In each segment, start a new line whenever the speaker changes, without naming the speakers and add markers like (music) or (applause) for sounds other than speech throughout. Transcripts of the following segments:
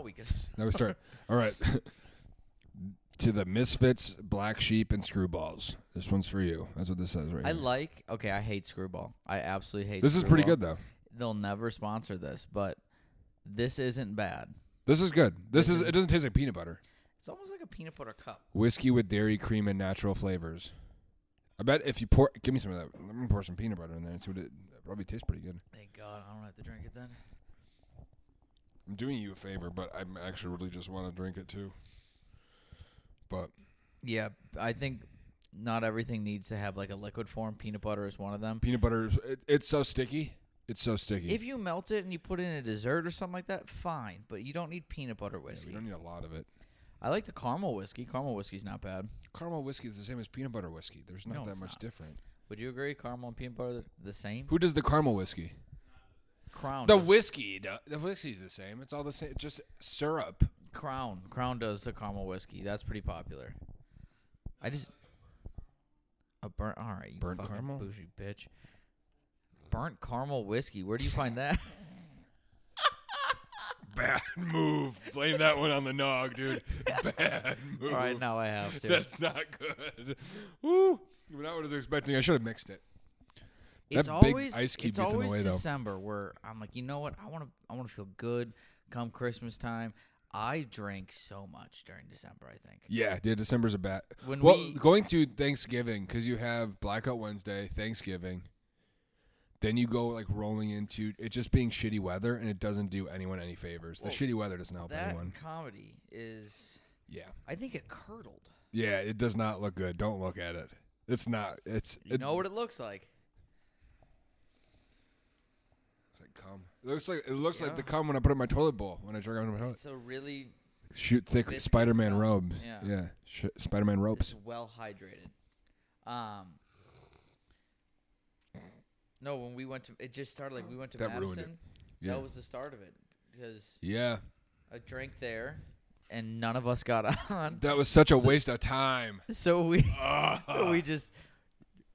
because
Now we start. All right. (laughs) to the misfits, black sheep, and screwballs. This one's for you. That's what this says (laughs) right
I
here.
like. Okay, I hate Screwball. I absolutely hate.
This is pretty
Screwball.
good though.
They'll never sponsor this, but this isn't bad.
This is good. This,
This
is,
is-
It doesn't taste like peanut butter.
It's almost like a peanut butter cup.
Whiskey with dairy, cream, and natural flavors. I bet if you pour, give me some of that. I'm gonna pour some peanut butter in there and see what it. That probably tastes pretty good.
Thank God I don't have to drink it then.
I'm doing you a favor, but I'm actually really just want to drink it too. But
Yeah, I think not everything needs to have like a liquid form. Peanut butter is one of them.
peanut butter, is- it, it's so sticky. It's so sticky.
If you melt it and you put it in a dessert or something like that, fine. But you don't need peanut butter
Yeah,
whiskey.
we don't need a lot of it.
I like the caramel whiskey. Caramel whiskey's not bad.
Caramel whiskey is the same as peanut butter whiskey. There's not
No,
that
it's
much
not.
different.
Would you agree? Caramel and peanut butter the same?
Who does the caramel whiskey?
Crown.
The
does-
whiskey, do- the whiskey's the same. It's all the same. Just syrup. (laughs)
Crown. Crown does the caramel whiskey. That's pretty popular. I just a burnt. All right, you
Burnt
fucking
caramel?
bougie bitch. Burnt caramel whiskey. Where do you find that?
Bad move. Blame that one on the nog,
(laughs)
dude. Bad move.
All (laughs) right,
(laughs)
now I have to.
That's not good. Woo. Not what I was expecting. I should have mixed it.
it's
that big
always
ice cube
it's
gets in the
always
way, though.
December where I'm like, you know what? I want to I want to feel good come Christmas time. I drink so much during December. I think.
Yeah, dude. December's a bad.
When
well,
we-
going to Thanksgiving because you have Blackout Wednesday, Thanksgiving. Then you go like rolling into it just being shitty weather, and it doesn't do anyone any favors. The
Well,
shitty weather doesn't help
That
anyone.
comedy is.
Yeah.
I think it curdled.
Yeah, it does not look good. Don't look at it. It's not. It's
You know what it looks like.
It's like cum. It looks like it looks like
Yeah.
the cum when I put it in my toilet bowl when I drink out of my toilet.
It's a really
Shoot thick
Viscous
Spider Man
cum.
robes. Yeah,
Yeah.
Sh- Spider Man ropes.
It's well hydrated. Um. No, when we went to, it just started like we went to
That
Madison.
ruined it. Yeah,
That was the start of it because
yeah.
I drank there, and none of us got (laughs) on.
That was such a waste of time.
So we (laughs)
Ugh.
we just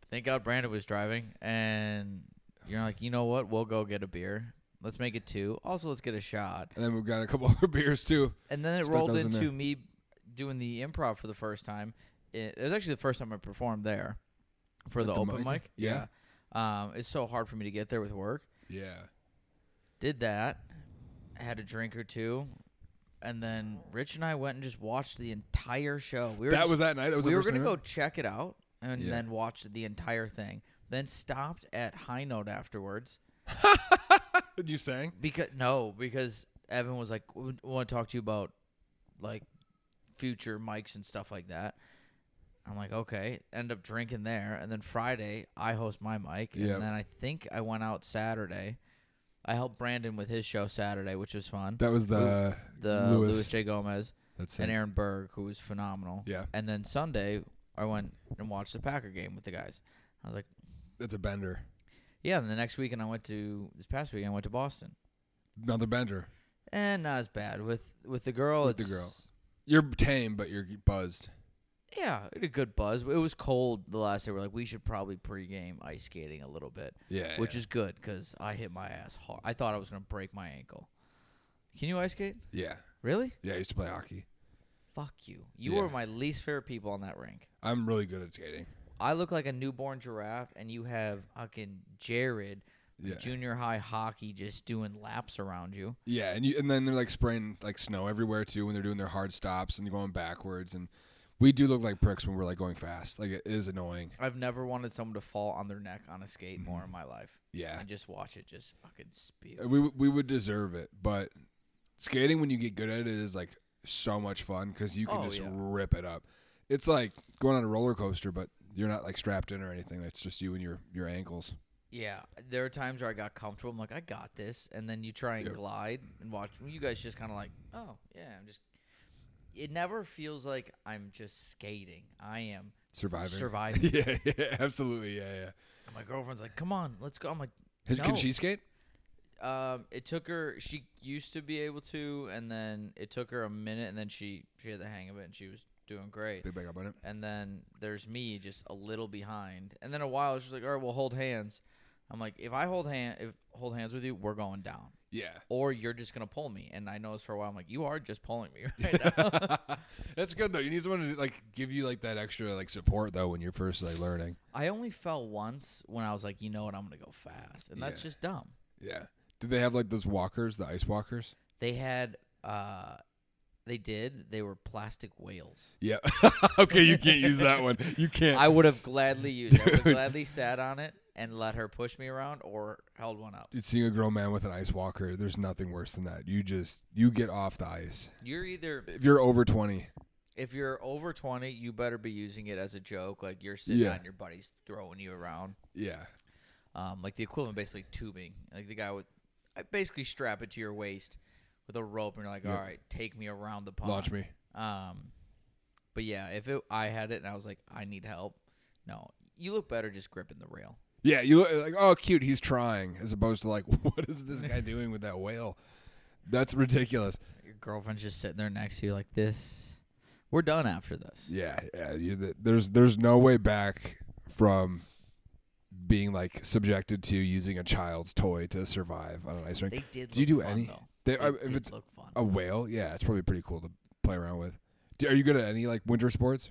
thank God Brandon was driving, and you're like, you know what? We'll go get a beer. Let's make it two. Also, let's get a shot.
and then we got a couple (laughs) other beers too.
And then it
Stuck
rolled
those in there.
into me doing the improv for the first time. It, it was actually the first time I performed there for
At
the,
the
open
mic?
mic.
Yeah.
Um, it's so hard for me to get there with work.
Yeah.
Did that. Had a drink or two. And then Rich and I went and just watched the entire show. We were
that
just-
was that night. That was
we
the
were
first
gonna
night.
go check it out and
Yeah.
then watch the entire thing. Then stopped at High Note afterwards
(laughs) You sang?
because no, because Evan was like, "We want to talk to you about like future mics and stuff like that." I'm like, okay. End up drinking there, and then Friday I host my mic,
Yeah.
and then I think I went out Saturday. I helped Brandon with his show Saturday, which was fun.
That was the
The
Lewis.
Louis, J. Gomez
That's
and
it.
Aaron Berg, who was phenomenal.
Yeah,
And then Sunday, I went and watched the Packer game with the guys. I was like,
that's a bender.
yeah. And the next weekend, I went to this past weekend, I went to Boston,
Another bender.
and Eh, not as bad with with the girl.
With the
it's-
girl. You're tame, but you're buzzed.
Yeah, it had a good buzz. It was cold the last day. We're like, we should probably pregame ice skating a little bit,
Yeah.
which
yeah.
is good because I hit my ass hard. I thought I was gonna break my ankle. Can you ice skate?
yeah.
Really?
Yeah. I used to play hockey.
Fuck you. You
Yeah.
were my least favorite people on that rink.
I'm really good at skating.
I look like a newborn giraffe, and you have fucking Jared
Yeah.
junior high hockey just doing laps around you.
Yeah, and you and then they're like spraying like snow everywhere too when they're doing their hard stops and going backwards and we do look like pricks when we're like going fast. Like it is annoying.
I've never wanted someone to fall on their neck on a skate more in my life.
Mm-hmm. Yeah.
And just watch it just fucking spew.
We we would deserve it, but skating when you get good at it is like so much fun cuz you can
Oh,
just
yeah.
rip it up. It's like going on a roller coaster but you're not like strapped in or anything. It's just you and your your ankles.
Yeah. There are times where I got comfortable. I'm like, I got this. And then you try and
Yeah.
glide and watch. You guys just kind of like, oh, yeah, I'm just. It never feels like I'm just skating. I am
Surviving.
surviving.
(laughs) yeah, yeah, absolutely. Yeah, yeah.
And my girlfriend's like, come on, let's go. I'm like,
Has- Can
No.
she skate?
um, it took her. She used to be able to, and then it took her a minute, and then she she had the hang of it, and she was doing great.
Big back up on it.
and then there's me just a little behind. And then a while it's just like, all right, we'll hold hands. I'm like, if I hold hand if hold hands with you, we're going down.
Yeah.
or you're just gonna pull me. And I noticed for a while, I'm like, you are just pulling me (laughs) right
(laughs)
now.
That's good though. You need someone to like give you like that extra like support though when you're first like learning.
I only fell once when I was like, you know what, I'm gonna go fast, and that's
Yeah.
just dumb.
Yeah. Did they have like those walkers, the ice walkers?
They had, uh, they did. They were plastic whales.
(laughs) Yeah. okay, you can't use that one. You can't.
I would have gladly used. it. I would have
Dude.
gladly sat on it and let her push me around or held one up.
Dude, Seeing a grown man with an ice walker, there's nothing worse than that. You just you get off the ice.
You're either
If you're over 20,
if you're over 20, you better be using it as a joke. Like you're sitting
Yeah.
on your buddy's throwing you around.
yeah.
um, like the equivalent basically tubing, like the guy with, I basically strap it to your waist with a rope, and you're like,
Yep.
all right, take me around the pond.
Launch me.
Um, but yeah, if it, I had it and I was like, I need help. No, you look better just gripping the rail.
Yeah, you look like oh cute, he's trying as opposed to like (laughs) what is this guy doing with that whale? That's ridiculous.
Your girlfriend's just sitting there next to you, like this. We're done after this.
Yeah, yeah. You, there's there's no way back from being like subjected to using a child's toy to survive on an ice rink.
They did.
Do you
look
do
fun,
any?
Though.
They,
They
I,
did
if it's
look fun.
a whale, yeah, it's probably pretty cool to play around with. Do, are you good at any like winter sports?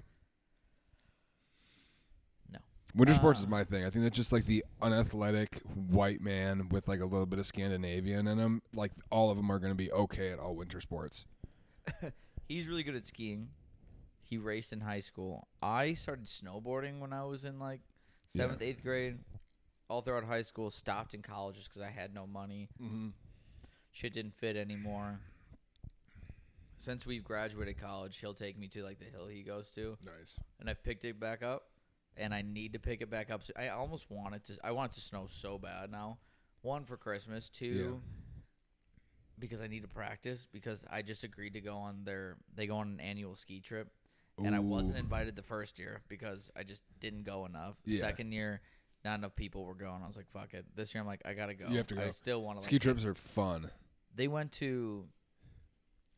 No.
Winter sports is
Uh,
my thing. I think that's just like the unathletic white man with like a little bit of Scandinavian in him. Like all of them are going to be okay at all winter sports.
He's really good at skiing. He raced in high school. I started snowboarding when I was in like
Yeah.
seventh, eighth grade. All throughout high school, stopped in college just because I had no money.
Mm-hmm.
Shit didn't fit anymore. Since we've graduated college, he'll take me to like the hill he goes to,
Nice.
and I've picked it back up, and I need to pick it back up. So I almost wanted to. I want it to snow so bad now. One for Christmas, two because I need to practice because I just agreed to go on their. They go on an annual ski trip, and I wasn't
Ooh.
invited the first year because I just didn't go enough.
Yeah.
Second year, not enough people were going. I was like, fuck it. This year, I'm like, I gotta go.
You have to
I
go.
still want to
Ski
like,
trips are fun.
They went to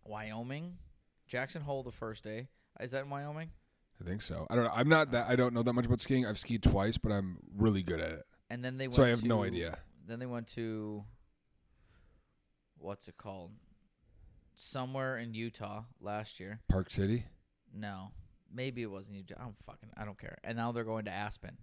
Wyoming, Jackson Hole the first day. Is that in Wyoming?
I think so. I don't know. I'm not that. I don't know that much about skiing. I've skied twice, but I'm really good at it.
And then they went.
So I have
to,
no idea.
Then they went to what's it called? Somewhere in Utah last year.
Park City.
No, maybe it wasn't Utah. I'm fucking. I don't care. And now they're going to Aspen.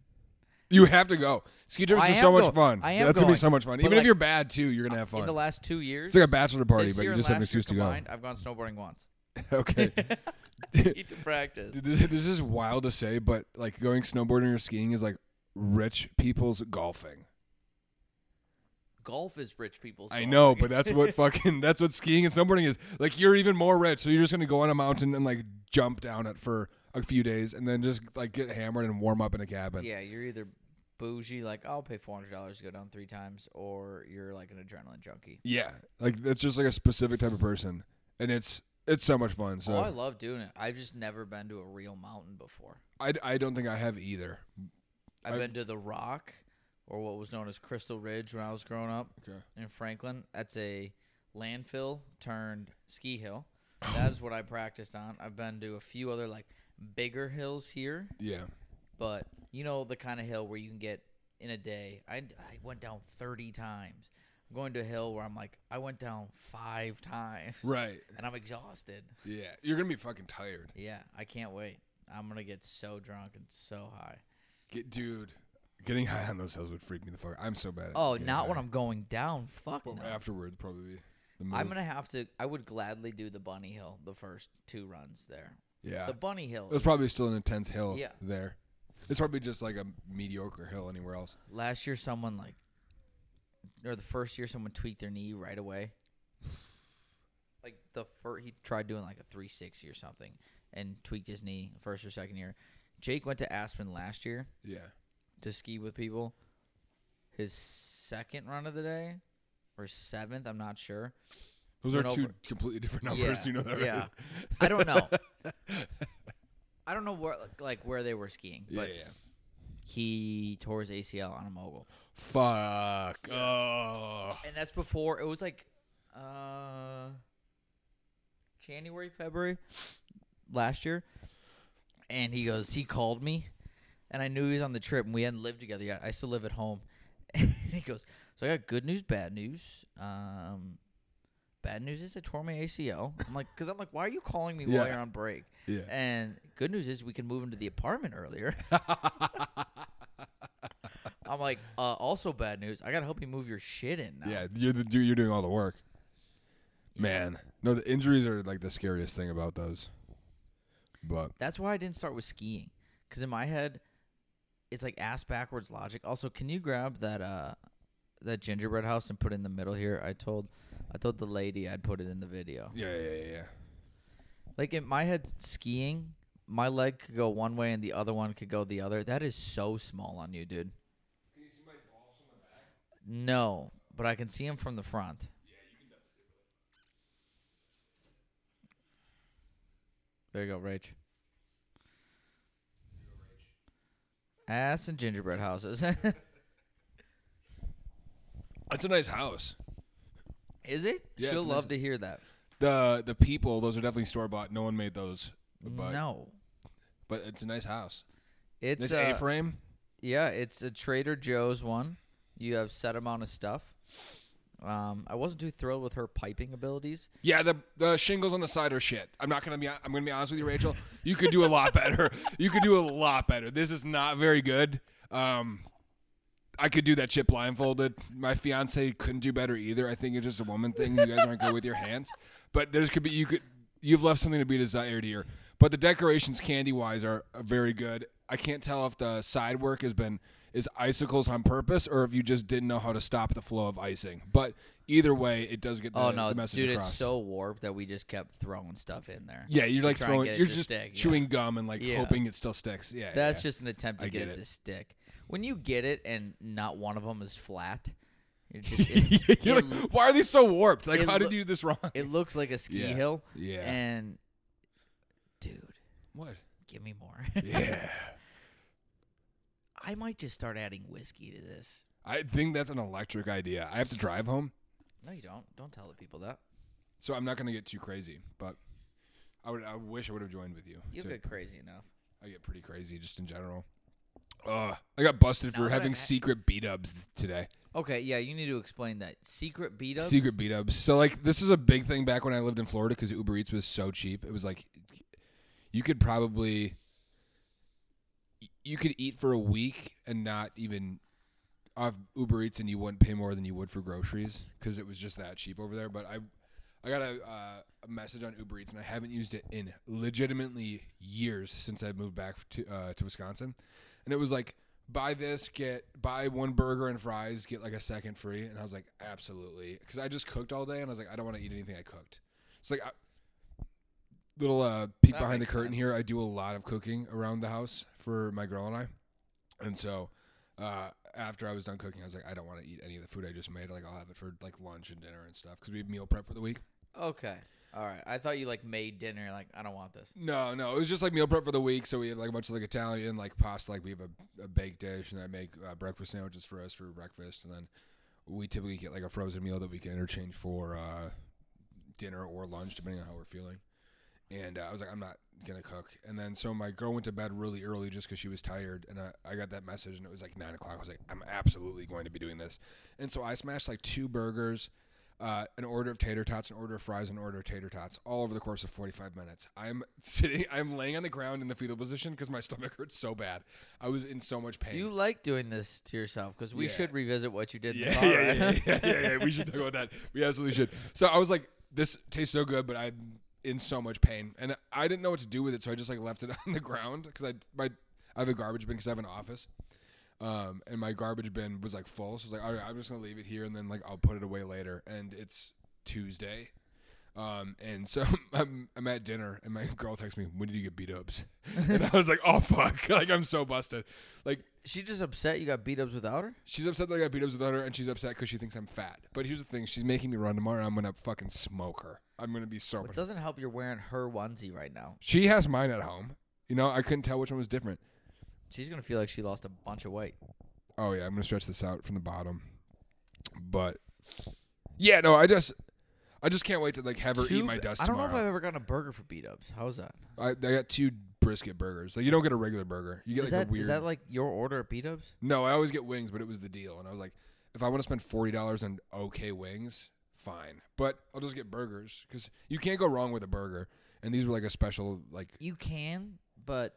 You have to go. Ski trips
I
are
am
so much
go-
fun.
I am
That's gonna
going.
be so much fun.
But,
Even if
like, uh,
you're bad too, you're gonna have fun.
In the last two years,
it's like a bachelor party,
this
but
year
you
and
just have an
last year
excuse to go.
combined, I've gone snowboarding once.
(laughs) okay.
(laughs)
(laughs)
Need to practice.
Dude, This this is wild to say, but like going snowboarding or skiing is like rich people's golfing.
Golf is rich people's.
I
golf.
know,
(laughs)
but that's what fucking (laughs) that's what skiing and snowboarding is. Like you're even more rich, so you're just gonna go on a mountain and like jump down it for a few days, and then just like get hammered and warm up in a cabin.
yeah, you're either bougie, like I'll pay four hundred dollars to go down three times, or you're like an adrenaline junkie.
Yeah, like that's just like a specific type of person, and it's it's so much fun. So
oh, I love doing it. I've just never been to a real mountain before.
I, I don't think I have either.
I've,
I've-
been to the Rock, or what was known as Crystal Ridge when I was growing up
Okay.
in Franklin. That's a landfill turned ski hill. That is what I practiced on. I've been to a few other like bigger hills here.
Yeah.
but you know the kind of hill where you can get in a day. I, I went down 30 times. I'm going to a hill where I'm like, I went down five times,
Right.
and I'm exhausted.
Yeah. You're gonna be fucking tired,
Yeah, I can't wait. I'm gonna get so drunk and so high.
Get, dude. Getting high on those hills would freak me the fuck. I'm so bad. At
Oh,
getting
not
high.
when I'm going down. Fuck
But
no.
afterward, probably. The move.
I'm gonna have to. I would gladly do the bunny hill the first two runs there.
yeah.
The bunny hill.
It was probably still an intense hill
Yeah.
there. It's probably just like a mediocre hill anywhere else.
Last year, someone like, or the first year, someone tweaked their knee right away. Like the first, he tried doing like a 360 or something and tweaked his knee first or second year. Jake went to Aspen last year
Yeah.
to ski with people. His second run of the day, or seventh, I'm not sure.
Those
Went
are two
over-
completely different numbers.
Yeah,
You know that, right?
yeah. I don't
(laughs)
know. I don't know where like where they were skiing,
Yeah.
but
yeah.
he tore his ACL on a mogul.
Fuck. Oh.
and that's before it was like uh January, February last year. And he goes, he called me, and I knew he was on the trip, and we hadn't lived together yet. I still live at home. (laughs) he goes, so I got good news, bad news. Um, bad news is I tore my ACL. I'm like, because I'm like, why are you calling me while
Yeah.
you're on break?
Yeah.
And good news is we can move into the apartment
(laughs)
earlier. I'm like, uh, also bad news. I gotta help you move your shit in now.
Yeah, you're the dude. You're doing all the work, man. No, the injuries are like the scariest thing about those. But
That's why I didn't start with skiing. Because in my head, it's like ass backwards logic. Also, can you grab that uh that gingerbread house and put it in the middle here? I told I told the lady I'd put it in the video.
yeah, yeah, yeah, yeah.
Like in my head, skiing, my leg could go one way and the other one could go the other. That is so small on you, dude. No, but I can see him from the front. There you go, Rach. Ass and gingerbread houses. (laughs)
That's a nice house.
is it?
Yeah,
She'll
it's
love to hear that.
The the people, those are definitely store bought. No one made those. But
no.
but it's a nice house.
It's
Nice
uh,
A frame.
Yeah, it's a Trader Joe's one. You have set amount of stuff. Um, I wasn't too thrilled with her piping abilities.
Yeah, the the shingles on the side are shit. I'm not gonna be. I'm gonna be honest with you, Rachel. You could do a lot better. You could do a lot better. This is not very good. Um, I could do that shit blindfolded. My fiance couldn't do better either. I think it's just a woman thing. You guys aren't good with your hands. But there's could be you could you've left something to be desired here. But the decorations, candy wise, are are very good. I can't tell if the side work has been is icicles on purpose or if you just didn't know how to stop the flow of icing. But either way, it does get the,
oh no,
the message
dude,
across.
it's so warped that we just kept throwing stuff in there.
Yeah, you're like
try and
throwing.
get it
You're
to
just
stick, yeah.
chewing gum and like
Yeah.
hoping it still sticks. Yeah,
(laughs) That's
yeah.
just an attempt to
I
get,
get
it,
it.
to stick. When you get it and not one of them is flat, you're
(laughs)
just it,
You're
it,
like, why are these so warped? Like,
it
how did
loo-
you do this wrong?
it looks like a ski
Yeah.
hill.
Yeah.
And dude,
What?
give me more.
Yeah,
(laughs) I might just start adding whiskey to this.
I think that's an electric idea. I have to drive home,
No, you don't. Don't tell the people that.
so I'm not gonna get too crazy. But I would. I wish I would have joined with you.
You
too.
get crazy enough.
I get pretty crazy just in general. Ugh, I got busted
Now
for
that
having
I'm ha-
secret beat ups today.
Okay, yeah, you need to explain that secret beat ups.
Secret beat ups. So like this is a big thing back when I lived in Florida because Uber Eats was so cheap. It was like you could probably you could eat for a week and not even off Uber Eats and you wouldn't pay more than you would for groceries because it was just that cheap over there. But I I got a, uh, a message on Uber Eats and I haven't used it in legitimately years since I moved back to uh, to Wisconsin, and it was like buy this get buy one burger and fries get like a second free and i was like absolutely because i just cooked all day and i was like i don't want to eat anything i cooked it's like I, little uh peek
That
behind the
makes
curtain
sense.
here i do a lot of cooking around the house for my girl and i and so uh, after I was done cooking, I was like, I don't want to eat any of the food I just made. Like, I'll have it for like lunch and dinner and stuff because we meal prep for the week.
Okay. All right. I thought you like made dinner. Like I don't want this.
No, no, it was just like meal prep for the week. So we had like a bunch of like Italian, like pasta. Like we have a, a baked dish, and I make uh, breakfast sandwiches for us for breakfast, and then we typically get like a frozen meal that we can interchange for uh, dinner or lunch, depending on how we're feeling. And uh, I was like, I'm not gonna cook. And then so my girl went to bed really early just because she was tired, and I, I got that message, and it was like nine o'clock. I was like, I'm absolutely going to be doing this. And so I smashed like two burgers, uh, an order of tater tots, an order of fries, an order of tater tots, all over the course of 45 minutes. I'm (laughs) sitting, I'm laying on the ground in the fetal position because my stomach hurts so bad. I was in so much pain.
You like doing this to yourself because we
Yeah.
should revisit what you did. in the
yeah,
car,
yeah, yeah,
right?
yeah, yeah, yeah. We should talk about that. We absolutely should. So I was like, this tastes so good, but I'm in so much pain, and I didn't know what to do with it, so I just like left it (laughs) on the ground because I my I have a garbage bin because I have an office. Um, and my garbage bin was like full, so I was like, all right, I'm just gonna leave it here, and then like I'll put it away later. And it's Tuesday, um, and so (laughs) I'm, I'm at dinner, and my girl texts me, "When did you get beat ups?" (laughs) and I was like, "Oh fuck!" (laughs) Like I'm so busted. Like
(laughs) She just upset you got beat ups without her.
She's upset that I got beat ups without her, and she's upset because she thinks I'm fat. But here's the thing: she's making me run tomorrow. I'm gonna fucking smoke her. I'm gonna be so.
It
much-
doesn't help. You're wearing her onesie right now.
She has mine at home. You know, I couldn't tell which one was different.
She's gonna feel like she lost a bunch of weight.
Oh yeah, I'm gonna stretch this out from the bottom. But yeah, no, I just, I just can't wait to like have her eat
Two-
my dust
I don't
tomorrow.
know if I've ever gotten a burger for beat ups. How's that?
I, I got two brisket burgers. Like you don't get a regular burger. You get
Is
like
that
a weird.
is that like your order of beat ups?
No, I always get wings, but it was the deal, and I was like, if I want to spend forty dollars on okay wings, fine. But I'll just get burgers because you can't go wrong with a burger. And these were like a special, like
You can, but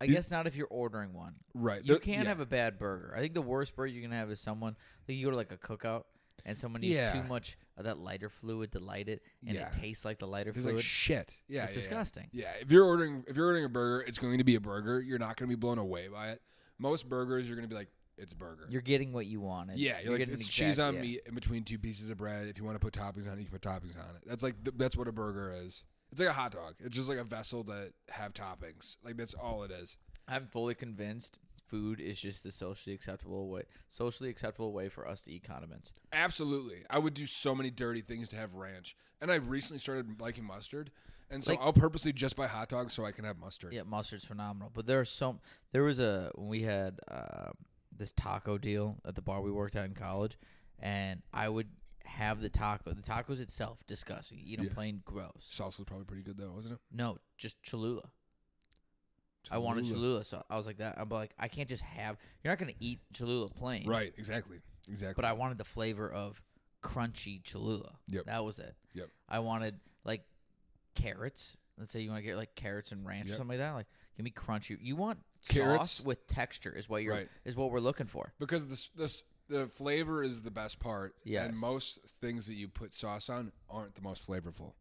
I
You-
guess not if you're ordering one.
right.
You
They're-
can
yeah.
have a bad burger. I think the worst burger you can have is someone like you go to like a cookout and someone used
Yeah.
too much of that lighter fluid to light it, and
Yeah.
it tastes like the lighter
It's
fluid.
like shit. Yeah,
it's
yeah, yeah.
disgusting.
Yeah, if you're ordering if you're ordering a burger, it's going to be a burger. You're not going to be blown away by it. Most burgers, you're going to be like, it's a burger.
You're getting what you wanted.
yeah, you're, like
getting the
it's cheese
exact-
on
yeah.
meat in between two pieces of bread. If you want to put toppings on it, you can put toppings on it. That's like th- that's what a burger is. It's like a hot dog. It's just like a vessel that have toppings. Like that's all it is.
I'm fully convinced food is just the socially acceptable way, socially acceptable way for us to eat condiments.
Absolutely, I would do so many dirty things to have ranch. And I recently started liking mustard, and so
Like-
I'll purposely just buy hot dogs so I can have mustard.
Yeah, mustard's phenomenal. But there are some. There was a when we had uh, this taco deal at the bar we worked at in college, and I would have the taco. The tacos itself disgusting. You know,
Yeah.
plain gross.
Sauce was probably pretty good though, wasn't it?
No, just Cholula. I wanted
Cholula.
Cholula, so I was like that. I'm like, I can't just have. You're not gonna eat Cholula plain,
Right, exactly, exactly.
But I wanted the flavor of crunchy Cholula.
Yep.
that was it.
Yep.
I wanted like carrots. Let's say you want to get like carrots and ranch
Yep.
or something like that. Like, give me crunchy. You want
Carrots?
sauce with texture is what you're
Right.
is what we're looking for.
because this this the flavor is the best part.
Yes.
and most things that you put sauce on aren't the most flavorful.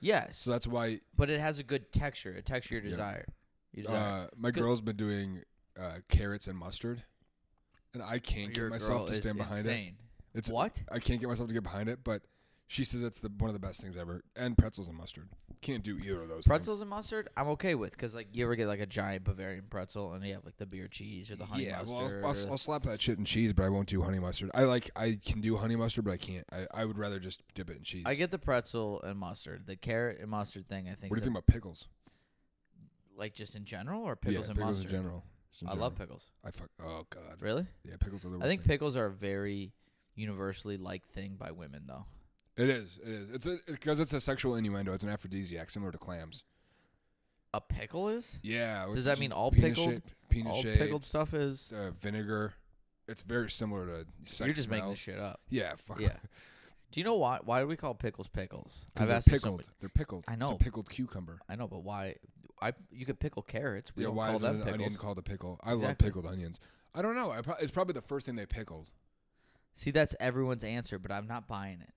Yes,
So that's why
but it has a good texture, a texture you desire. You desire.
uh, my
Good.
girl's been doing uh, carrots and mustard, and I can't get
Your
myself
girl
to
is
stand behind it.
insane.
It's
What?
I can't get myself to get behind it, but she says it's the one of the best things ever. And pretzels and mustard can't do either of those. things.
Pretzels and mustard, I'm okay with because like you ever get like a giant Bavarian pretzel and you have like the beer cheese or the honey
yeah, well,
mustard.
I'll,
or
I'll,
the-
I'll slap that shit in cheese, but I won't do honey mustard. I like I can do honey mustard, but I can't. I, I would rather just dip it in cheese.
I get the pretzel and mustard. The carrot and mustard thing, I think,
What do you
is
think about pickles?
a- like just in general or
Yeah,
pickles and
pickles
mustard.
in general. Just in
I love
general.
pickles.
I fuck. Oh god.
Really?
Yeah, pickles are the. Worst
I think
thing.
pickles are a very universally liked thing by women, though.
it is. It is. It's a because it's a sexual innuendo. It's an aphrodisiac, similar to clams.
A pickle is
Yeah.
Does
it's
that
just
mean all
penis
pickled-
shaped, penis
all
shaped,
pickled stuff is.
uh, vinegar? It's very similar to. Sex
You're just making
smells.
this shit
(laughs)
up.
Yeah. Fuck.
Yeah. Do you know why? Why do we call pickles pickles?
Because
I've
they're
asked this
pickled.
somebody-
They're pickled.
I
It's
know.
a pickled cucumber.
I know, but why? I you could pickle carrots. We
yeah.
don't
Why
call
is it
them
an
pickles.
onion called a pickle? I love
Exactly.
pickled onions. I don't know. I pro- it's probably the first thing they pickled.
See, that's everyone's answer, but I'm not buying it.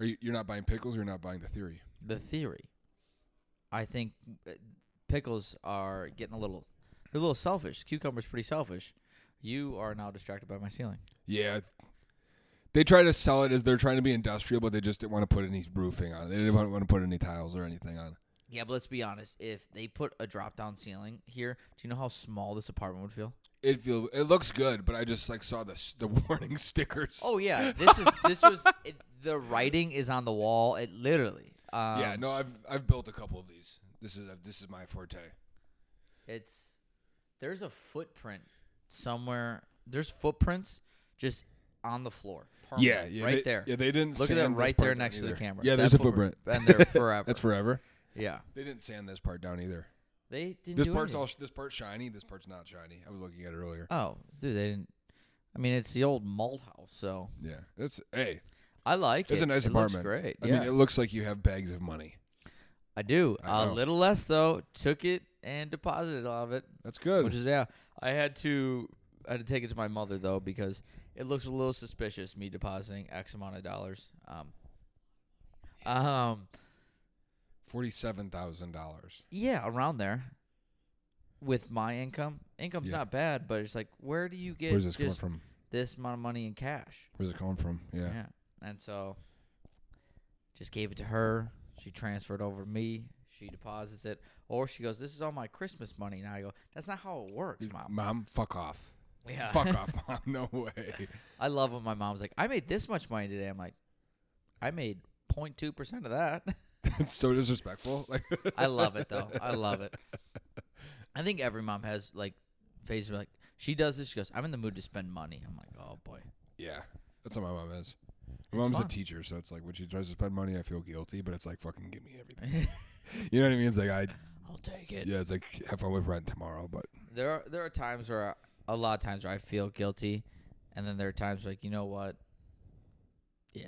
Are you, you're not buying pickles. You're not buying the theory.
The theory. I think uh, pickles are getting a little, they're a little selfish. Cucumber's pretty selfish. You are now distracted by my ceiling.
Yeah. They try to sell it as they're trying to be industrial, but they just didn't want to put any roofing on it. They didn't want want to put any tiles or anything on it.
Yeah, but let's be honest. If they put a drop down ceiling here, do you know how small this apartment would feel?
It feel it looks good, but I just like saw the s- the (laughs) warning stickers.
Oh yeah, this (laughs) is this was it, the writing is on the wall. It literally. Um,
yeah, no, I've I've built a couple of these. This is this is my forte.
It's there's a footprint somewhere. There's footprints just on the floor.
Yeah,
permanent,
yeah,
right
they-
there.
Yeah, they didn't
Look at that
sand this
right there
part down
next to the
either.
camera.
Yeah,
That
there's a footprint.
(laughs)
(laughs)
and they're forever.
That's forever.
yeah.
They didn't sand this part down either.
They didn't
This
do
part's
anything.
all sh- this part's shiny. This part's not shiny. I was looking at it earlier.
Oh, dude, they didn't. I mean, it's the old malt house, so
Yeah, it's hey,
I like it.
it's a nice
It looks
apartment.
great.
I
yeah.
mean, it looks like you have bags of money.
I do.
I
a
know.
little less though. Took it and deposited all of it,
That's good.
which is yeah. I had to I had to take it to my mother though because it looks a little suspicious me depositing X amount of dollars. Um. Um.
Forty-seven thousand dollars.
Yeah, around there. With my income, income's
Yeah.
not bad, but it's like, where do you get
Where's this coming
just
from?
this amount of money in cash?
Where's it coming from? Yeah.
And so just gave it to her. She transferred over to me. She deposits it. Or she goes, This is all my Christmas money. And I go, That's not how it works, mom.
fuck off.
(laughs) Yeah.
Fuck (laughs) off, mom. No way.
(laughs)
(laughs)
I love when my mom's like, I made this much money today. I'm like, I made 0.2% of that.
That's so disrespectful. Like
I love it, though. I love it. I think every mom has like phases where, like, she does this. She goes, I'm in the mood to spend money. I'm like, Oh boy.
Yeah. That's how my mom is. My mom's a
fun.
teacher, so it's like when she tries to spend money I feel guilty, but it's like fucking give me everything. (laughs) you know what I mean? It's
(laughs)
like I
I'll take it.
yeah, it's like have fun with rent tomorrow, but
There are there are times where I- a lot of times where I feel guilty, And then there are times like, you know what? Yeah.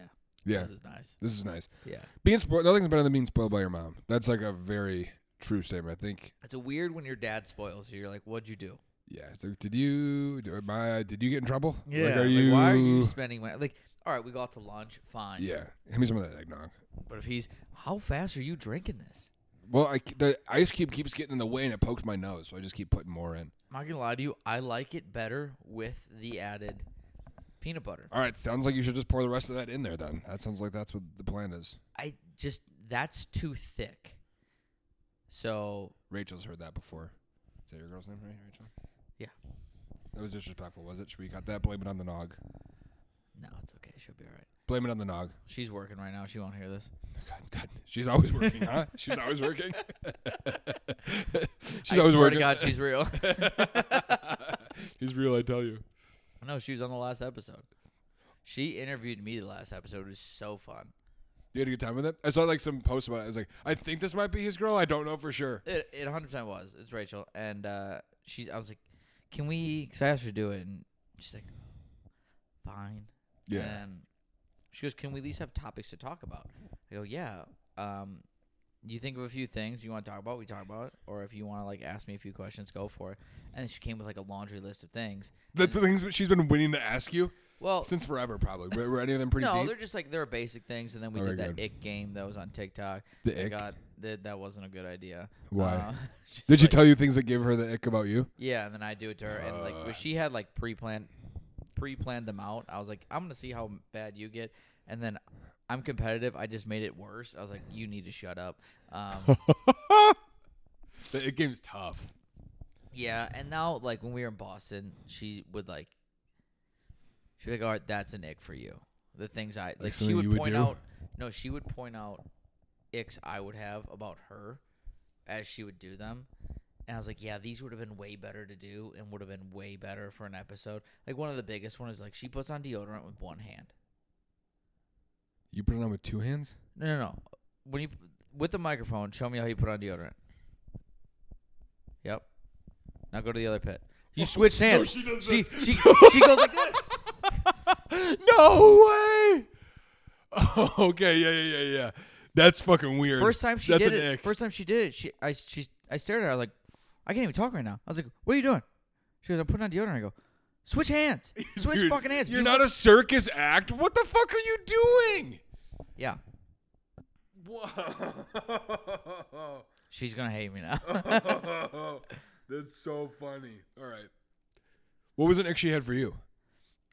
Yeah,
This is nice.
this is nice.
Yeah.
Being spoiled, nothing's better than being spoiled by your mom. That's like a very true statement. I think.
It's a weird when your dad spoils you. You're like, what'd you do?
Yeah. So did you? do- am I- Did you get in trouble? Like,
Like,
are you?
why are you spending money? Like, all right, we go out to lunch. Fine.
Yeah. Hand me some of that eggnog.
But if he's, how fast are you drinking this?
Well, I, the ice cube keeps getting in the way and it pokes my nose, so I just keep putting more in.
I'm not going to lie to you. I like it better with the added peanut butter.
All right, sounds like you should just pour the rest of that in there then. That sounds like that's what the plan is.
I just, that's too thick. So,
Rachel's heard that before. Is that your girl's name, right, Rachel?
Yeah.
That was disrespectful, was it? Should we cut that? Blame it on the nog.
no, it's okay. She'll be all right.
Blame it on the nog.
She's working right now. She won't hear this.
God, God. She's always
(laughs)
working, huh? She's always working. she's
I
always
swear
working.
to God,
(laughs)
she's real. (laughs)
She's real, I tell you.
no, she was on the last episode. She interviewed me the last episode. It was so fun.
You had a good time with it? I saw like some posts about it. I was like, I think this might be his girl. I don't know for sure.
It it 100% was. It's Rachel. And uh, she, I was like, can we, because I asked her to do it. And she's like, fine. And she goes, can we at least have topics to talk about? I go, yeah. Um, you think of a few things you want to talk about, we talk about it. Or if you want to like ask me a few questions, go for it. And then she came with like a laundry list of things.
The, the things that she's been waiting to ask you
Well,
since forever, probably. Were, were any of them pretty
Oh. no,
deep?
they're just like there are basic things, and then we
Oh,
did
very
that
good.
ick game that was on TikTok.
The
Thank
ick?
God, that that wasn't a good idea.
Why?
(laughs) she's
Did she
like-
tell you things that gave her the ick about you?
(laughs) Yeah, and then I do it to her, and like
Uh.
when she had like pre-planned, pre-planned them out. I was like, I'm gonna see how bad you get, and then I'm competitive. I just made it worse. I was like, you need to shut up. Um,
The ick game's tough.
yeah, and now like when we were in Boston, she would like, she'd be like, all right, that's an ick for you. The things I like, she
something
would
you would
point
do?
out. No, she would point out icks I would have about her as she would do them. And I was like, yeah, these would have been way better to do and would have been way better for an episode. Like one of the biggest one is like she puts on deodorant with one hand.
You put it on with two hands?
No, no, no. When you with the microphone, show me how you put on deodorant. Yep. Now go to the other pit.
(laughs)
You switched hands.
she does
she,
this.
she she goes
(laughs)
like this.
No way! (laughs) Oh, okay, yeah, yeah, yeah, yeah. That's fucking weird.
First time she
That's
did
an
it.
ick.
First time she did it. She I she I stared at her I was like, I can't even talk right now. I was like, what are you doing? She goes, I'm putting on deodorant. I go, switch
(laughs)
hands. Switch
Dude,
fucking hands.
You're
You
not a circus act. What the fuck are you doing?
Yeah.
Whoa.
She's gonna hate me now.
(laughs)
(laughs)
That's so funny. All right. What was an ick she had for you?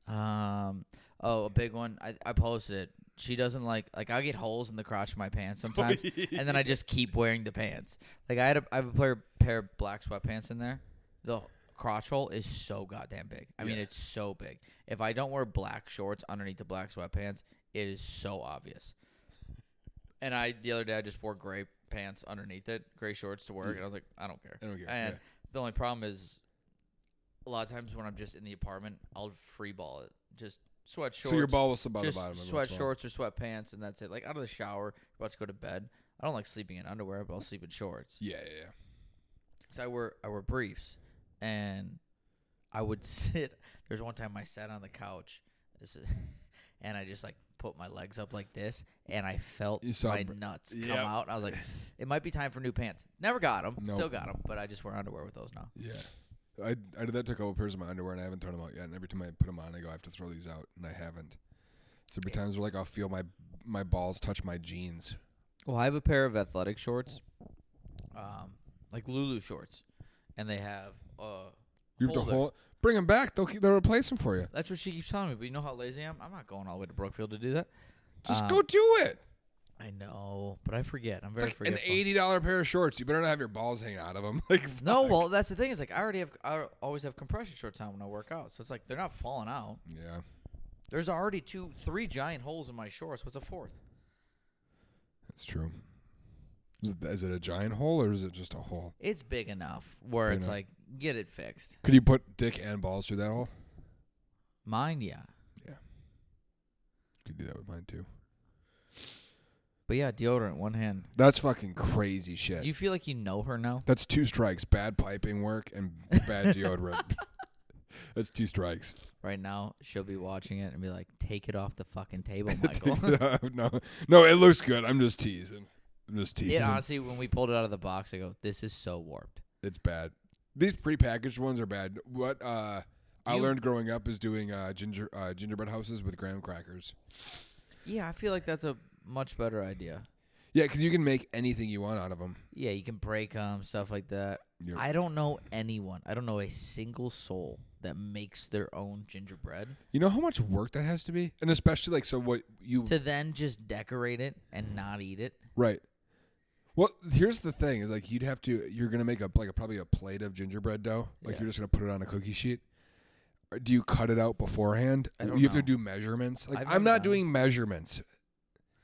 um oh, a big one. I, I posted it. She doesn't like like I get holes in the crotch of my pants sometimes and then I just keep wearing the pants. Like I had a I have a pair, pair of black sweatpants in there. The crotch hole is so goddamn big. I mean
Yeah.
it's so big. If I don't wear black shorts underneath the black sweatpants, it is so obvious. And I the other day I just wore gray pants underneath it, gray shorts to work, and I was like, I don't care.
I don't care,
And
yeah.
the only problem is a lot of times when I'm just in the apartment, I'll free ball it. Just sweat shorts.
so your ball was about the
just
bottom. every
sweat
once in a while.
shorts or sweatpants, and that's it. Like out of the shower, about to go to bed. I don't like sleeping in underwear, but I'll sleep in shorts.
Yeah, yeah, yeah.
Cause I wear I wear briefs, and I would (laughs) sit. There's one time I sat on the couch, this is, (laughs) and I just like put my legs up like this, and I felt
You saw
my
br-
nuts
Yep.
come out. I was like, it might be time for new pants. Never got them.
Nope.
Still got them, but I just wear underwear with those now.
Yeah. I, I did that to a couple pairs of my underwear and I haven't thrown them out yet. And every time I put them on, I go, I have to throw these out, and I haven't. So every times where like I'll feel my my balls touch my jeans.
Well, I have a pair of athletic shorts, um, like Lulu shorts, and they have uh.
You have to
holder.
hold. Bring them back. They'll keep, they'll replace them for you.
That's what she keeps telling me. But you know how lazy I am. I'm not going all the way to Brookfield to do that.
Just
Um,
go do it.
I know, but I forget. I'm
It's
very
like an
forgetful.
eighty dollar pair of shorts. You better not have your balls hanging out of them. (laughs) Like
No,
fuck.
well, that's the thing. Is like I already have. I always have compression shorts on when I work out, so it's like they're not falling out.
Yeah.
There's already two, three giant holes in my shorts. What's a fourth?
That's true. Is it, is it a giant hole or is it just a hole?
It's big enough where
Big
it's
enough.
like get it fixed.
Could you put dick and balls through that hole?
Mine, yeah,
Could do that with mine too.
but yeah, deodorant one hand.
That's fucking crazy shit.
Do you feel like you know her now? (laughs)
That's two strikes: bad piping work and bad deodorant. That's two strikes.
Right now, she'll be watching it and be like, "Take it off the fucking table, Michael."
(laughs) no, no, it looks good. I'm just teasing. I'm just
(laughs)
teasing.
it honestly, when we pulled it out of the box, I go, "This is so warped."
It's bad. These prepackaged ones are bad. What uh, I
You-
learned growing up is doing uh, ginger uh, gingerbread houses with graham crackers.
Yeah, I feel like that's a much better idea.
Yeah, because you can make anything you want out of them.
Yeah, you can break them, stuff like that.
Yep.
I don't know anyone. I don't know a single soul that makes their own gingerbread
You know how much work that has to be, and especially like so what you
to then just decorate it and not eat it.
right. Well, here's the thing: is like you'd have to you're gonna make a like a, probably a plate of gingerbread dough. Like
Yeah.
you're just gonna put it on a cookie sheet. Or Do you cut it out beforehand?
I don't
you have
know.
to do measurements. Like
I've
I'm
never
not
done it.
doing measurements.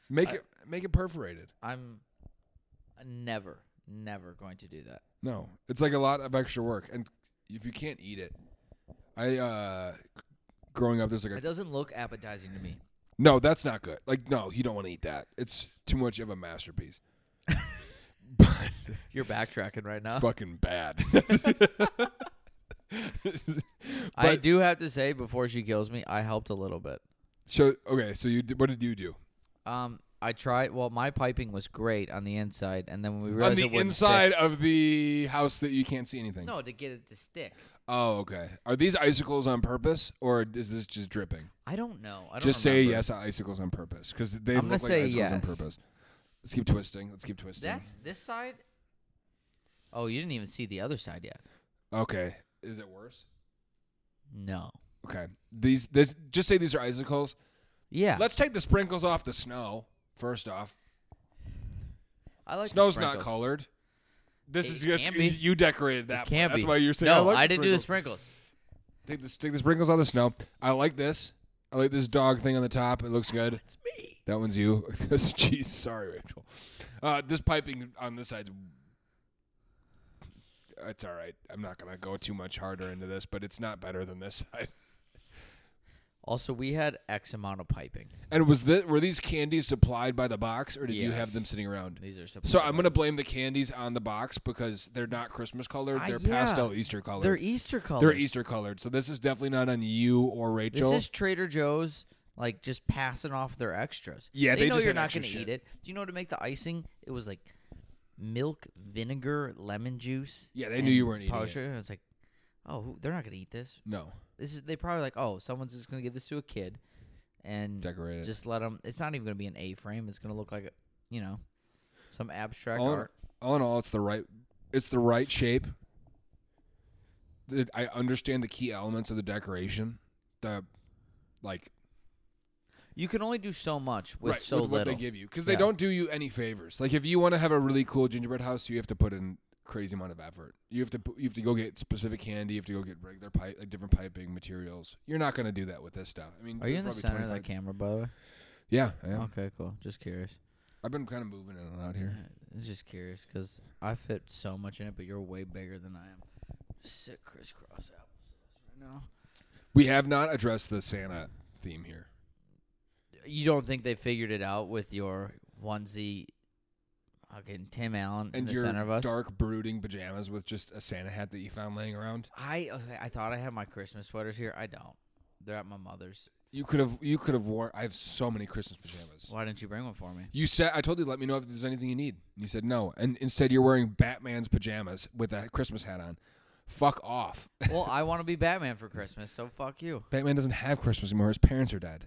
Make
I-
it make it perforated.
I'm never, never going to do that.
No, it's like a lot of extra work, and if you can't eat it, I uh, growing up there's like
It
a
doesn't look appetizing to me.
no, that's not good. Like no, you don't want to eat that. It's too much of a masterpiece. but
You're backtracking right now.
it's fucking
(laughs)
bad. (laughs)
I
but-
do have to say, before she kills me, I helped a little bit.
so okay, so you did, what did you do
Um, I tried. Well, my piping was great on the inside, and then when we realized
on
it
the
wouldn't
inside of the house that you can't see anything?
stick- no, to get it to stick.
Oh, okay. Are these icicles on purpose, or is this just dripping?
I don't know. I don't
Just say
remember.
yes to icicles on purpose because they
I'm
look
gonna
like
say
icicles on
yes.
purpose. Let's keep twisting. Let's keep twisting.
That's this side. Oh, you didn't even see the other side yet.
okay. Is it worse?
No.
Okay. These this just say these are icicles.
Yeah,
Let's take the sprinkles off the snow. First off,
I like the
snow's not
sprinkles.
colored. This
It
is it's-
can be.
you decorated that.
It can't
one.
be.
That's why you're saying.
no.
I, like
I
the
didn't do the
sprinkles.
sprinkles.
Take the take the sprinkles off the snow. I like this. I like this dog thing on the top. It looks good.
It's me.
That one's you. (laughs) Jeez, sorry, Rachel. Uh, this piping on this side's It's all right. I'm not gonna go too much harder into this, but it's not better than this side.
Also, we had X amount of piping.
And was this were these candies supplied by the box, or did you have
Yes.
them sitting around?
These are supposed
So I'm gonna blame the candies on the box because they're not Christmas colored.
Ah,
They're
yeah.
pastel Easter colored.
They're Easter colors.
They're Easter colored. So this is definitely not on you or
This
Rachel.
is Trader Joe's, like just passing off their extras.
Yeah, they
know
just
you're
had
not
extra
gonna
shit.
eat it. Do you know to make the icing? It was like milk, vinegar, lemon juice.
Yeah, they knew you
and
weren't eating
powdered
it.
sugar. And it's like, oh, who- they're not gonna eat this.
no
This is they probably like, oh, someone's just gonna give this to a kid, and
decorated.
just let them. It's not even gonna be an A-frame. It's gonna look like, a, you know, some abstract
all in,
art.
all in all, it's the right it's the right shape. It- I understand the key elements of the decoration. The like
You can only do so much with
right,
so
with what
little.
they give you because they
Yeah.
don't do you any favors. Like if you want to have a really cool gingerbread house, you have to put in crazy amount of effort. You have to pu- you have to go get specific candy. You have to go get regular pipe like different piping materials. You're not gonna do that with this stuff. I mean,
Are you in the
there's
center
probably
of that
25
camera, by the way?
Yeah, I am.
Okay, cool. Just curious.
I've been kind of moving in and out
Yeah,
here.
I'm just curious because I fit so much in it, but you're way bigger than I am. Sit crisscross apples right now.
We have not addressed the Santa theme here.
You don't think they figured it out with your onesie, fucking Tim Allen in
and
the
your
center of us?
dark brooding pajamas with just a Santa hat that you found laying around.
I okay, I thought I had my Christmas sweaters here. I don't. They're at my mother's.
You could have you could have worn. I have so many Christmas pajamas.
Why didn't you bring one
(laughs)
for me?
You said I told you let me know if there's anything you need. And you said no, and instead you're wearing Batman's pajamas with a Christmas hat on. Fuck off.
well, I want to be Batman for Christmas, so fuck you,
(laughs) Batman doesn't have Christmas anymore. His parents
(laughs)
are dead.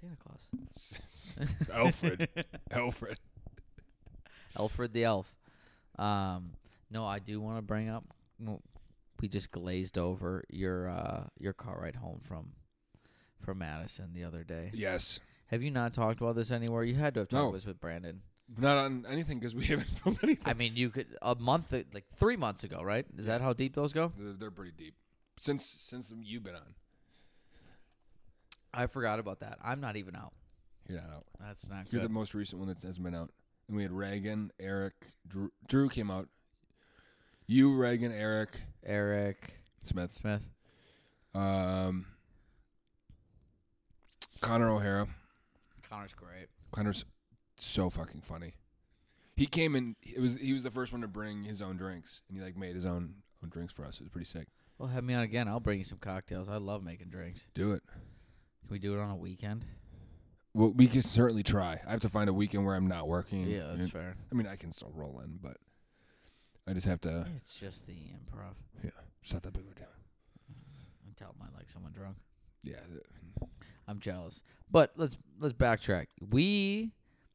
Santa Claus. (laughs)
Alfred. Alfred.
Alfred the Elf. Um, no, I do want to bring up. no, We just glazed over your uh, your car ride home from from Madison the other day.
Yes.
Have you not talked about this anywhere? You had to have talked
No.
about this with Brandon.
Not on anything because we (laughs) haven't filmed anything.
I mean, you could a month a- like three months ago, right? Is that how deep those go?
They're, they're pretty deep. Since since you've been on,
I forgot about that. I'm not even out.
you're not out.
That's not
You're
good.
the most recent one that hasn't been out. And we had Reagan, Eric, Drew, Drew came out. You, Reagan, Eric,
Eric
Smith,
Smith.
um, Connor O'Hara.
Connor's great.
Connor's so fucking funny. He came and it was he was the first one to bring his own drinks, and he like made his own own drinks for us. It was pretty sick.
Well, have me on again. I'll bring you some cocktails. I love making drinks.
Do it.
Can we do it on a weekend?
Well, we can certainly try. I have to find a weekend where I'm not working.
Yeah, that's
And-
fair.
I mean, I can still roll in, but I just have to.
It's just the improv.
It's not that big of a deal.
I tell them I like someone drunk.
Yeah. th-
I'm jealous. But let's let's backtrack. We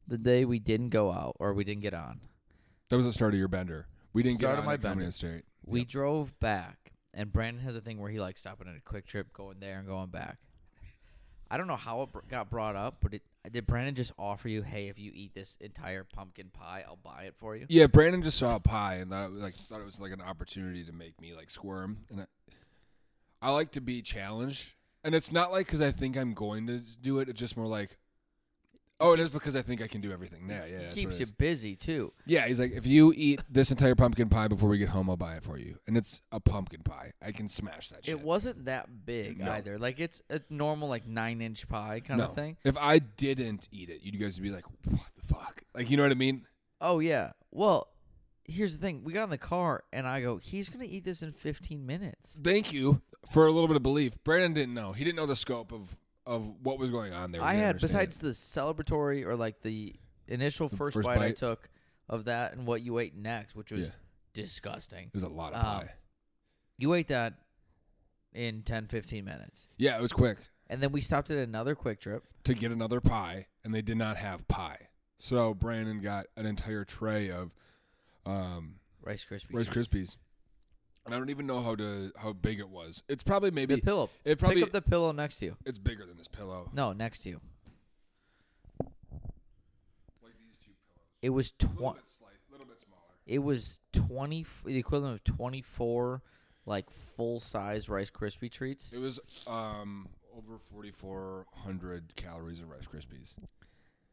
the day we didn't go out or we didn't get on,
That was the start of your bender. We didn't
Start
get
of
on
my
at Comedy
bender.
State.
we
Yep.
drove back and Brandon has a thing where he likes stopping at a quick trip, going there and going back. I don't know how it br- got brought up, but it, did Brandon just offer you, "Hey, if you eat this entire pumpkin pie, I'll buy it for you"?
Yeah, Brandon just saw a pie and thought it was like thought it was like an opportunity to make me like squirm, and I, I like to be challenged, and it's not like because I think I'm going to do it. It's just more like, oh, it is because I think I can do everything. Yeah, yeah. that's what
keeps
it
you
is.
busy too.
Yeah, he's like, if you eat this entire pumpkin pie before we get home, I'll buy it for you, and it's a pumpkin pie. I can smash that. shit.
It wasn't that big
No.
either. Like it's a normal like nine inch pie kind
no.
of thing.
If I didn't eat it, you guys would be like, what the fuck? Like, you know what I mean?
Oh yeah. Well, here's the thing. We got in the car and I go, he's gonna eat this in 15 minutes.
Thank you for a little bit of belief. Brandon didn't know. He didn't know the scope of of what was going on there.
I
He didn't
had
understand
besides the celebratory or like the initial first,
first
bite, I
bite.
took of that and what you ate next, which was
Yeah.
disgusting.
it. It was a lot of
um,
pie.
You ate that in 10, 15 minutes,
Yeah, it was quick
and then we stopped at another quick trip.
to get another pie, and they did not have pie. So Brandon got an entire tray of um,
Rice Krispies.
Rice Krispies, and I don't even know how to how big it was. It's probably
The
maybe
pillow.
it probably
Pick up the pillow next to you.
it's bigger than this pillow.
No, next to you.
Like these two pillows,
It was
a little
twenty.
bit sliced, little bit smaller.
It was twenty, the equivalent of twenty-four, like full-size Rice Krispie treats.
It was um over forty four hundred calories of Rice Krispies.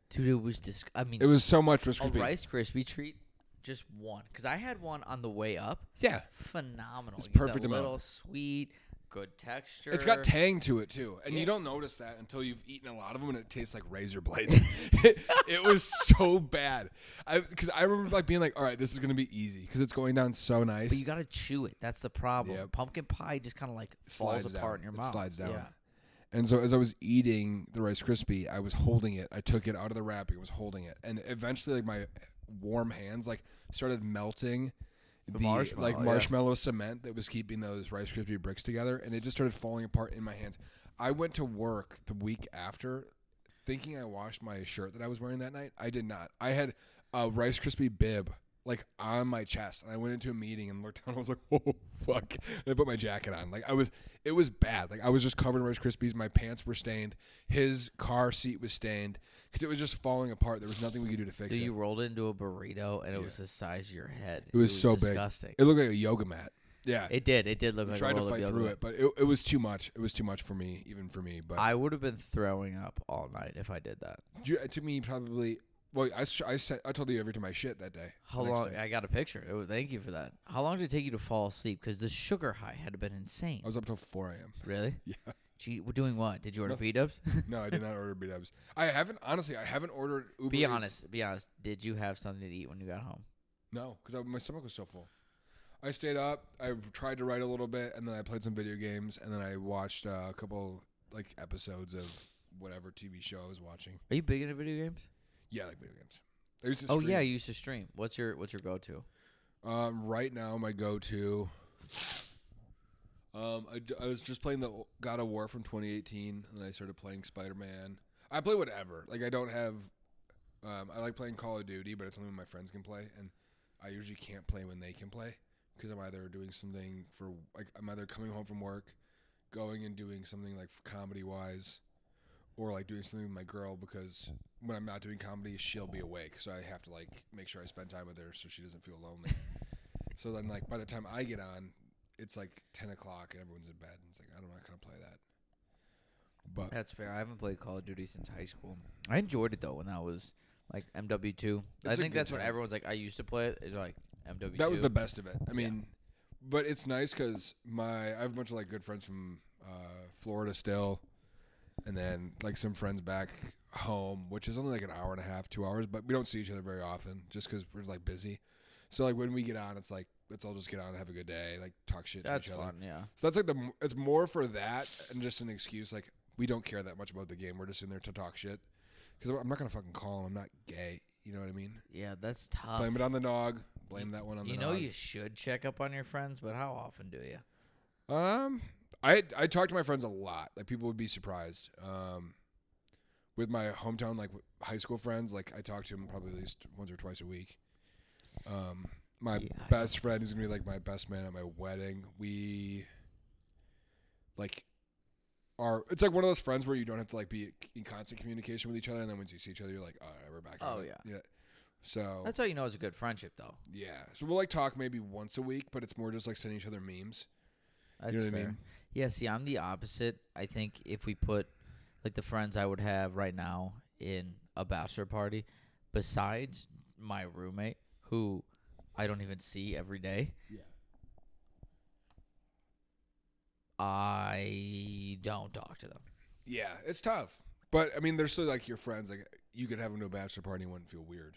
Dude, it was dis. I mean,
It was so much Rice
a
Krispies.
Rice Krispie treat, just one. Cause I had one on the way up.
Yeah,
Phenomenal.
It's
You get
perfect
That
amount.
little sweet, good texture.
it's got tang to it too, and
Yeah.
you don't notice that until you've eaten a lot of them, and it tastes like razor
(laughs)
blades. (laughs) it was so bad, I because I remember like being like, "All right, this is gonna be easy because it's going down so nice."
but you gotta chew it. That's the problem.
Yep.
Pumpkin pie just kind of like
It
falls
slides
apart
down.
in your
It
mouth.
slides down.
Yeah.
And so as I was eating the Rice Krispie, I was holding it. I took it out of the wrapping, was holding it, and eventually, like my warm hands, like started melting the,
marshmallow,
like
yeah.
marshmallow cement that was keeping those Rice Krispie bricks together, and it just started falling apart in my hands. I went to work the week after, thinking I washed my shirt that I was wearing that night. I did not. I had a Rice Krispie bib. Like on my chest, and I went into a meeting and looked (laughs) down. I was like, "Oh fuck!" And I put my jacket on. Like I was, it was bad. Like I was just covered in Rice Krispies. My pants were stained. His car seat was stained because it was just falling apart. There was nothing we could do to fix
Dude,
it.
you rolled it into a burrito and it
Yeah.
was the size of your head.
It was so big.
disgusting.
It looked like a yoga mat. Yeah,
It did. It did look like
tried
a
to
roll of
fight
yoga.
through it, but it, it was too much. It was too much for me, even for me. But
I would have been throwing up all night if I did that.
you- it took me probably. Well, I s- I said I told you every time I shit that day.
How
the next
long?
day.
I got a picture. It was, thank you for that. How long did it take you to fall asleep? Because the sugar high had been insane.
I was up till four a.m.
Really?
(laughs) Yeah.
Gee, we're doing what? Did you order
Nothing.
V dubs?
No, I did not order B Dubs. I haven't honestly. I haven't ordered
(laughs)
Uber.
be
Eats.
honest. Be honest. Did you have something to eat when you got home?
No, because my stomach was so full. I stayed up. I tried to write a little bit, and then I played some video games, and then I watched uh, a couple like episodes of whatever TV show I was watching.
Are you big into video games?
Yeah, I like video games. I used to
Oh
stream.
yeah, you used to stream. What's your What's your go to?
Um, right now, my go-to. Um, I, d- I was just playing the God of War from 2018, and then I started playing Spider-Man. I play whatever. Like I don't have. Um, I like playing Call of Duty, but it's only when my friends can play, and I usually can't play when they can play because I'm either doing something for like I'm either coming home from work, going and doing something like comedy wise, or like doing something with my girl because when I'm not doing comedy, she'll be awake, so I have to like make sure I spend time with her so she doesn't feel lonely. so then, like by the time I get on, it's like ten o'clock and everyone's in bed. And it's like I'm not gonna play that. But
That's fair. I haven't played Call of Duty since high school. I enjoyed it though when that was like MW two. I
It's a
think
good
that's when
time.
everyone's like, I used to play it. It's like MW.
that was the (laughs) best of it. I mean, but it's nice because my I have a bunch of like good friends from uh, Florida still, and then like some friends back home, which is only like an hour and a half, two hours. But we don't see each other very often just because we're like busy. So like when we get on, it's like let's all just get on and have a good day, like talk shit
That's
to each other.
fun. Yeah.
So that's like the m- it's more for that and just an excuse. Like we don't care that much about the game. We're just in there to talk shit. Because I'm not gonna fucking call him. I'm not gay. You know what I mean?
Yeah, that's tough.
Blame it on the nog. Blame that one on the.
Uh, you know
nog.
you should check up on your friends, but how often do you?
Um, I I talk to my friends a lot. Like people would be surprised. Um, with my hometown like w- high school friends, like I talk to them probably at least once or twice a week. Um, my
Yeah, I
best friend who's gonna be like my best man at my wedding. We like are it's like one of those friends where you don't have to like be in constant communication with each other, and then once you see each other, you're like, all right, we're back. at
Oh,
it."
yeah.
yeah. So
That's how you know it's a good friendship, though.
yeah, so we'll like talk maybe once a week, but it's more just like sending each other memes.
That's
what I
fair.
mean?
Yeah, see, I'm the opposite. I think if we put like the friends I would have right now in a bachelor party, besides my roommate, who I don't even see every day,
Yeah.
I don't talk to them.
Yeah, it's tough. But I mean, they're still like your friends. Like you could have them to a bachelor party and wouldn't feel weird.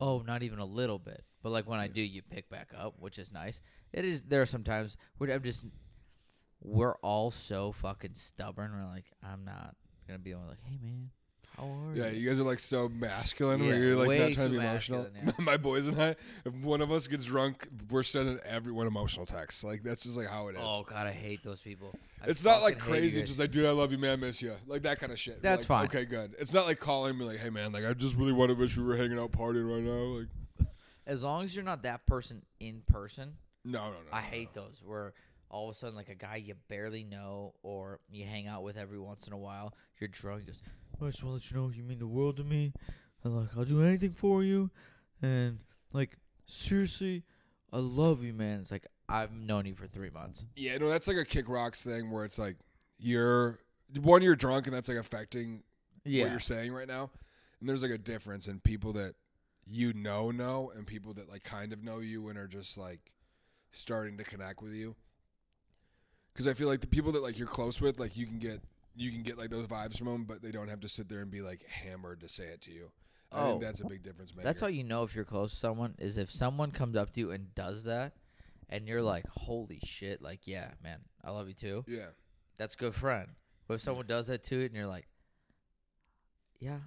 Oh, not even a little bit. But like when I do, you pick back up, which is nice. It is. There are some times where I'm just. We're all so fucking stubborn. We're like, I'm not gonna be the one like, hey man, how are
Yeah,
you?
you guys are like so masculine where
Yeah,
you're like
way
not trying to
too
be emotional.
masculine,
(laughs) My boys and I, if one of us gets drunk, we're sending everyone emotional texts. Like that's just like how it is.
Oh god, I hate those people. I
it's not like
fucking hate you
crazy,
guys.
just like dude, I love you, man, I miss you, like that kind of shit. We're
That's
like,
fine.
Okay, good. It's not like calling me like, hey man, like I just really want to wish we were hanging out partying right now. Like
as long as you're not that person in person.
no, no, no.
I
no,
hate those where all of a sudden like a guy you barely know or you hang out with every once in a while, you're drunk. He goes, I just want to let you know you mean the world to me, and like I'll do anything for you, and like seriously, I love you, man. It's like I've known you for three months.
Yeah, no, that's like a kick rocks thing where it's like you're one, you're drunk, and that's like affecting what
Yeah,
you're saying right now. And there's like a difference in people that you know know and people that like kind of know you and are just like starting to connect with you. Cuz I feel like the people that like you're close with like you can get you can get like those vibes from them but they don't have to sit there and be like hammered to say it to you. I
Oh.
think that's a big difference maker.
that's how you know if you're close to someone is if someone comes up to you and does that, and you're like, holy shit, like yeah, man, I love you too.
Yeah.
that's good friend. But if someone does that to it and you're like, yeah,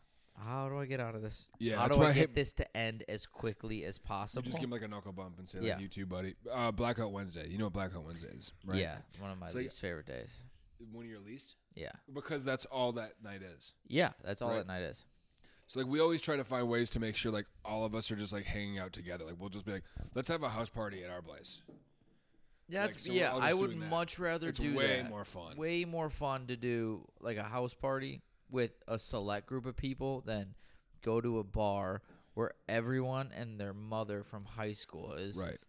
how do I get out of this?
Yeah,
how
that's
do
why
I
I
get
hate-
this to end as quickly as
You
possible?
just give them like a knuckle bump and say like
Yeah.
you too buddy. Uh Blackout Wednesday. You know what Blackout Wednesday is, right?
Yeah, one of my
It's like-
least favorite days.
One of your least
Yeah,
because that's all that night is.
yeah, that's all
Right.
that night is.
So like we always try to find ways to make sure like all of us are just like hanging out together. Like we'll just be like, let's have a house party at our place.
That's
so we're
yeah.
all
I
just
would
doing that.
much rather
It's
do
way
that.
more fun.
Way more fun to do like a house party with a select group of people than go to a bar where everyone and their mother from high school is,
Right.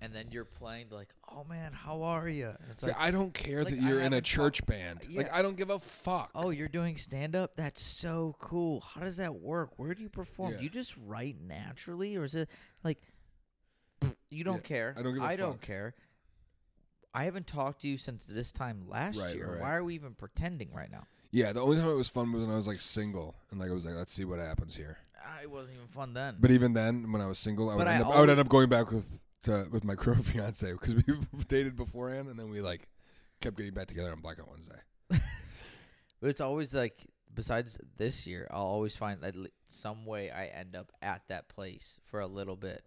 and then you're playing like, oh man, how are you? It's
Like, I don't care
like,
that
I'm
you're in a
having
church
fun.
band. Like
Yeah.
I don't give a fuck.
Oh, you're doing stand up? That's so cool. How does that work? Where do you perform?
Yeah.
Do you just write naturally or is it like you don't
Yeah,
care?
I don't give a
I don't
fuck.
care. I haven't talked to you since this time last
Right,
year.
right.
Why are we even pretending right now?
Yeah, the only time it was fun was when I was like single and like I was like, let's see what happens here.
Ah, It wasn't even fun then.
But even then, when I was single, I would,
But I
end, up, I would end
always-
up going back with to, with my (laughs) current fiance because we (laughs) dated beforehand and then we like kept getting back together on Blackout Wednesday.
But it's always like besides this year, I'll always find like li- some way I end up at that place for a little bit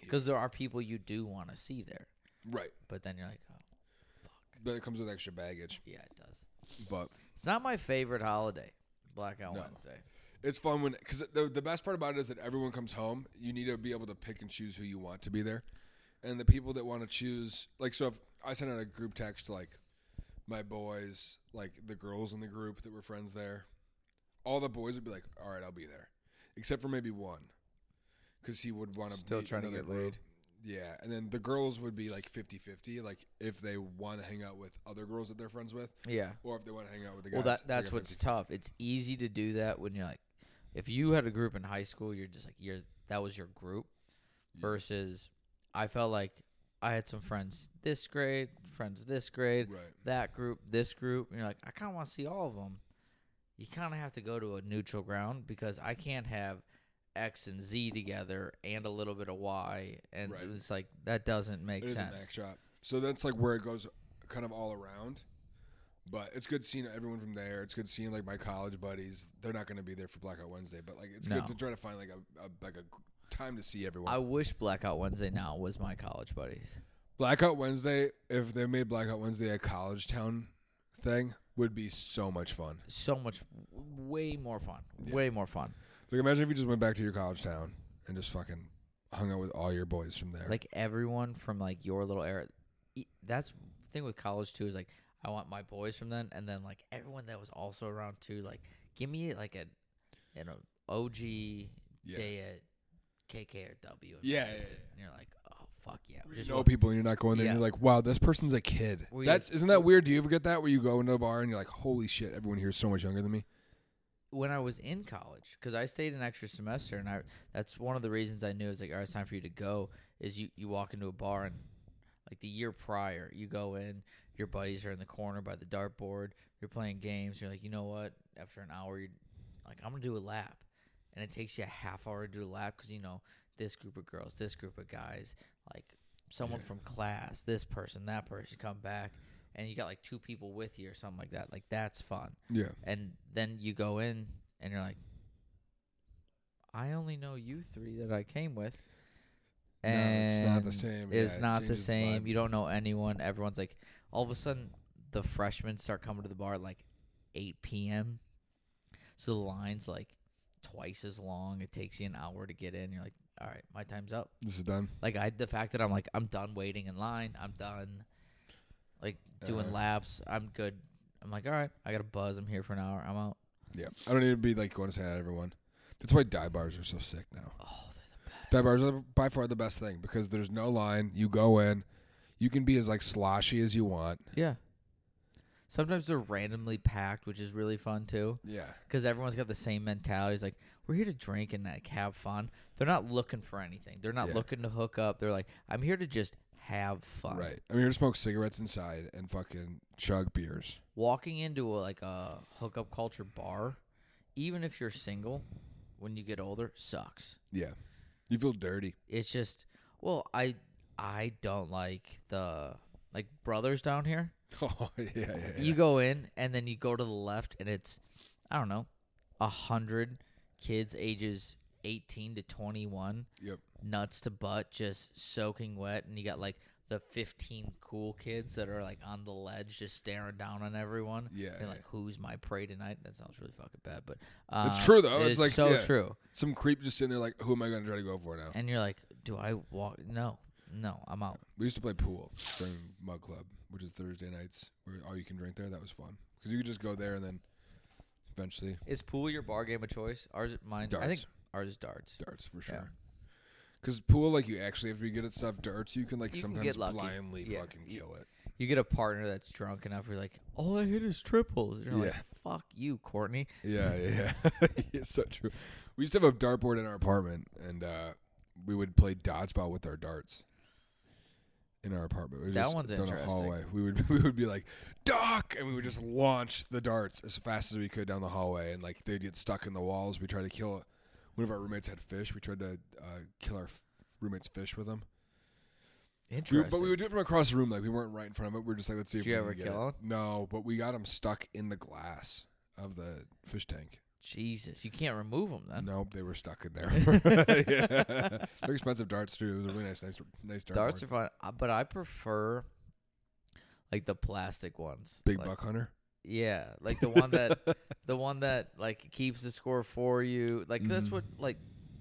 because there are people you do want to see there.
Right,
But then you're like, oh,
but it comes with extra baggage.
yeah, it does.
But
It's not my favorite holiday, Blackout
No.
Wednesday.
It's fun when because the, the best part about it is that everyone comes home. You need to be able to pick and choose who you want to be there, and the people that want to choose like so. If I sent out a group text to like my boys, like the girls in the group that were friends there, all the boys would be like, "All right, I'll be there," except for maybe one, because he would want to
Still trying to get laid.
Yeah, and then the girls would be like 50-50, like if they want to hang out with other girls that they're friends with,
Yeah.
or if they want to hang out with the
Well,
guys.
that
it's like
that's
a
what's
50-50.
tough. It's easy to do that when you're like, if you had a group in high school, you're just like you're that was your group. Versus, I felt like I had some friends this grade, friends this grade,
right.
that group, this group. And you're like, I kind of want to see all of them. You kind of have to go to a neutral ground because I can't have X and Z together and a little bit of Y, and
Right.
it's like that doesn't make
It is a
sense.
backdrop. So that's like where it goes kind of all around. But it's good seeing everyone from there. It's good seeing like my college buddies. They're not going to be there for Blackout Wednesday, but like it's
No.
good to try to find like a, a like a g- time to see everyone.
I wish Blackout Wednesday now was my college buddies.
Blackout Wednesday, if they made Blackout Wednesday a college town thing, would be so much fun.
So much, way more fun. Way more fun.
Like imagine if you just went back to your college town and just fucking hung out with all your boys from there.
Like everyone from like your little era. e- That's the thing with college too is like I want my boys from then, and then like everyone that was also around too. Like give me like a, you know, OG
Yeah.
day at KK or W. in
Yeah, yeah,
Madison.
yeah.
And you're like, oh fuck yeah, we
Where
just
you know
want-
people and you're not going there
Yeah.
and you're like, wow, this person's a kid.
We-
That's isn't that weird? Do you ever get that where you go into a bar and you're like, holy shit, everyone here is so much younger than me?
when I was in college because I stayed an extra semester, and I that's one of the reasons I knew it's like, all right, it's time for you to go. Is you you walk into a bar and like the year prior, you go in, your buddies are in the corner by the dartboard, you're playing games, you're like, you know what? After an hour, you're like, I'm gonna do a lap, and it takes you a half hour to do a lap because you know this group of girls, this group of guys, like someone from class, this person, that person, come back. And you got like two people with you or something like that. Like that's fun
Yeah.
and then you go in and you're like i only know you three that i came with and
no, it's not the same.
it's
Yeah, it
not the
changes the
same
vibe.
you don't know anyone everyone's like all of a sudden the freshmen start coming to the bar at like 8 p.m so the line's like twice as long it takes you an hour to get in you're like all right my time's up
This is done.
like I the fact that I'm like I'm done waiting in line. I'm done like doing
Uh-huh.
laps. I'm good. I'm like all right. I got a buzz. I'm here for an hour. I'm out.
Yeah. I don't need to be like going to say hi to everyone. That's why dive bars are so sick now.
Oh, they're the best.
Dive bars are by far the best thing because there's no line. You go in, you can be as like sloshy as you want.
Yeah. Sometimes they're randomly packed, which is really fun too,
Yeah.
because everyone's got the same mentality. It's like we're here to drink and like have fun. They're not looking for anything. They're not
Yeah.
looking to hook up. They're like I'm here to just have fun.
Right. I'm here to smoke cigarettes inside and fucking chug beers.
walking into a, like a hookup culture bar, even if you're single, when you get older, sucks.
Yeah. You feel dirty. (laughs)
it's just well i i don't like the like brothers down here
Oh yeah, yeah. yeah.
you go in and then you go to the left and it's i don't know a hundred kids ages 18 to 21
Yep.
nuts to butt just soaking wet and you got like the 15 cool kids that are like on the ledge just staring down on everyone
Yeah,
They're
yeah.
like who's my prey tonight that sounds really fucking bad but uh,
It's true, though.
it
It's
is
like,
so
yeah.
true
Some creep just sitting there like, who am I gonna try to go for now?
and you're like do i walk no no i'm out
We used to play pool during Mug Club, which is Thursday nights, where all you can drink there. That was fun because you could just go there and then eventually
Is pool your bar game of choice? Ours, mine. I think
Darts.
ours is darts.
darts for
Yeah.
sure. Because pool, like you actually have to be good at stuff. Darts, you can like
You can
sometimes
get lucky.
blindly
Yeah.
fucking
You-
kill it.
You get a partner that's drunk enough. You're like, all I hit is triples. And you're
Yeah.
like, fuck you, Courtney.
Yeah, yeah, yeah. (laughs) it's so true. We used to have a dartboard in our apartment, and uh, we would play dodgeball with our darts in our apartment. We would
That
just,
one's
down a
interesting.
hallway. We would (laughs) we would be like, "Doc," and we would just launch the darts as fast as we could down the hallway, and like they'd get stuck in the walls. We tried to kill one of our roommates had fish. We tried to uh, kill our f- roommate's fish with them, We-
Interesting.
but we would do it from across the room. Like we weren't right in front of it. We were just like, "Let's see
Did
if
you
we
ever
can get
kill
it." No, but we got him stuck in the glass of the fish tank.
Jesus, you can't remove them then.
Nope, they were stuck
(laughs)
in there. (laughs) Yeah. They're expensive darts too. It was a really nice, nice, nice dart.
darts
board.
are fun, uh, but I prefer like the plastic ones.
big
Like-
buck hunter.
Yeah, like
(laughs)
the one that the one that like keeps the score for you. Like that's
Mhm.
what like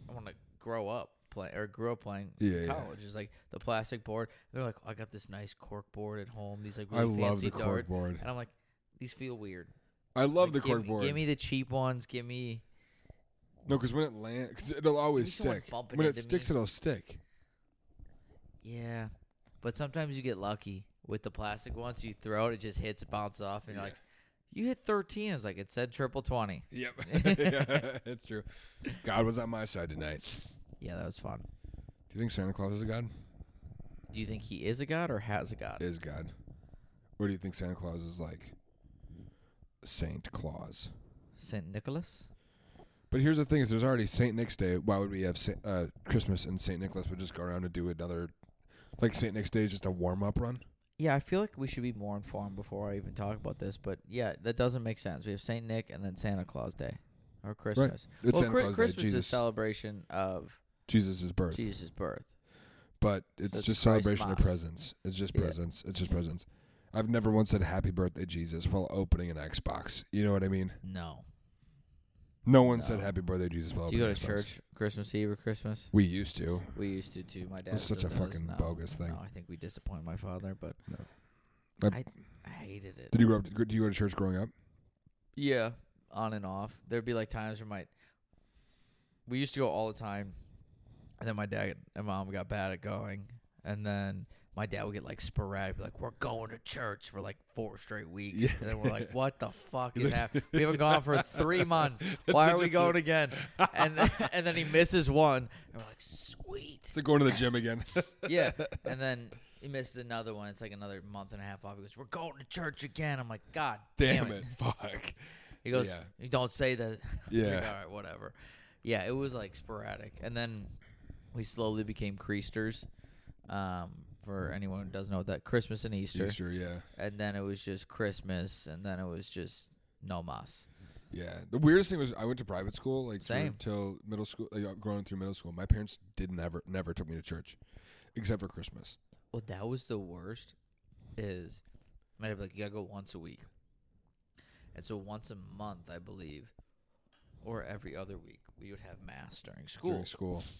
I want to grow up play or grow up playing.
Yeah, yeah.
college is like the plastic board. They're like, "Oh, I got this nice cork board at home. These like
I
really
love
fancy
the
darts.
cork board.
And I'm like, these feel weird.
I
Like,
love the
give
cork
me-
board.
Give me the cheap ones. Give me.
no, because when it lands, because it'll always
someone
stick.
bumping
When it
into
sticks,
me.
it'll stick.
Yeah. But sometimes you get lucky with the plastic ones. You throw it, it just hits, bounce off, and you're
Yeah.
like, you hit 13. I was like, it said triple 20. (laughs)
Yep, (laughs) yeah, it's true. God was on my side tonight.
Yeah, that was fun.
Do you think Santa Claus is a god?
Do you think he is a god or has a god?
Is God, or do you think Santa Claus is like Saint Claus?
St. Nicholas?
But here's the thing: is there's already Saint Nick's Day. Why would we have Sa- uh, Christmas and Saint Nicholas? We'll just go around and do another, like Saint Nick's Day, is just a warm up run.
Yeah, I feel like we should be more informed before I even talk about this, but yeah, that doesn't make sense. We have Saint Nick and then Santa Claus Day or Christmas.
It's
well,
Santa
Chri-
Claus Day,
Christmas is
Jesus.
a celebration of
Jesus' birth,
Jesus' birth.
but it's
That's
just
Christ
celebration of
Mass.
presents. It's just
Yeah.
presents. It's just presents. I've never once said "Happy Birthday, Jesus" while opening an Xbox. You know what I mean?
No.
No one said
No.
"Happy Birthday, Jesus" while
Do you
opening
go
an
to
Xbox.
church Christmas Eve or Christmas?
We used to.
We used to too. My dad.
It's such
still
a
does.
fucking
No,
bogus thing.
No, I think we disappoint my father, but
No. I-
I, I hated it.
Did you grow up? Did you go to church growing up?
Yeah, on and off. There'd be like times where my we used to go all the time, and then my dad and mom got bad at going, and then my dad would get like sporadic, be like we're going to church for like four straight weeks,
Yeah.
and then we're like, what the fuck
He's
is
like-
happening? We haven't gone for three
(laughs)
months. Why are
such
we
a true-
going again? And then, and then he misses one, and we're like, sweet.
It's like going to the gym (laughs) again.
yeah. And then he misses another one. It's like another month and a half off. He goes, We're going to church again. I'm like, God damn,
Damn it! Fuck.
He goes,
Yeah.
You don't say that. (laughs) I was like,
Yeah.
All right, whatever. Yeah, it was like sporadic. And then we slowly became creasters. Um, for anyone who doesn't know what that Christmas and Easter.
Easter, yeah.
And then it was just Christmas and then it was just no mas.
Yeah. The weirdest thing was I went to private school like through-
Same.
till middle school, like uh, growing through middle school. My parents did never never took me to church, except for Christmas.
Well, that was the worst. Is might have like you gotta go once a week, and so once a month, I believe, or every other week, we would have mass during school.
During school. (laughs)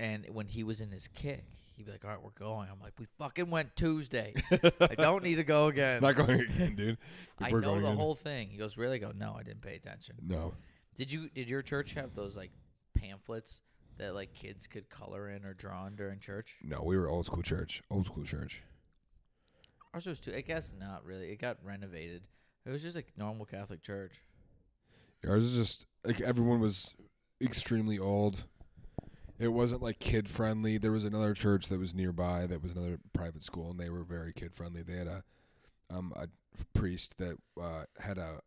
And when he was in his kick, he'd be like, "All right, we're going." I'm like, "We fucking went
(laughs)
Tuesday. I don't need to go again."
Not going again, dude.
(laughs) I
We're
know
going
the
again.
whole thing. He goes, "Really?" I go, "No, I didn't pay attention."
No.
Did you? Did your church have those like pamphlets that like kids could color in or draw on during church?
No, we were old school church. Old school church.
Ours was too. I guess not really. It got renovated. It was just like normal Catholic church.
Ours is just like everyone was extremely old. It wasn't like kid friendly. There was another church that was nearby that was another private school, and they were very kid friendly. They had a um a priest that uh, had a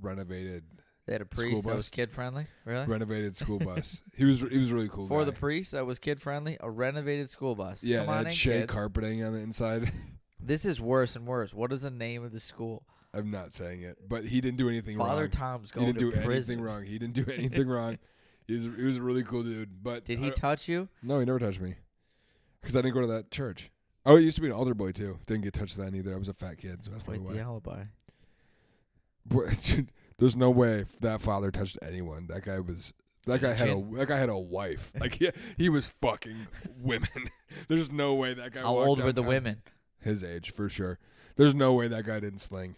renovated
They had a
School
priest that
bus.
was kid friendly. Really?
renovated school bus. He was he was a really cool.
For
guy.
the priest that was kid friendly, a renovated school bus.
yeah,
Come
it
on
had
in,
shea
kids.
carpeting on the inside. (laughs)
This is worse and worse. What is the name of the school?
I'm not saying it, but he didn't do anything
Father
wrong.
Tom's
he
going
didn't do
to prison.
anything wrong. He
(laughs)
didn't do anything wrong. He was he was a really cool dude. But
Did
I
he
don't-
touch you?
no, he never touched me because I didn't go to that church. Oh, he used to be an altar boy too. Didn't get touched then either. I was a fat kid, so that's probably
Wait,
why.
the alibi.
Boy, (laughs) dude, There's no way that father touched anyone. That guy was. That guy had a
Ancient.
that guy had a wife. Like (laughs) he, he was fucking women. (laughs) There's no way that guy.
How
walked
old were the
downtown.
women?
his age for sure. There's no way that guy didn't sling.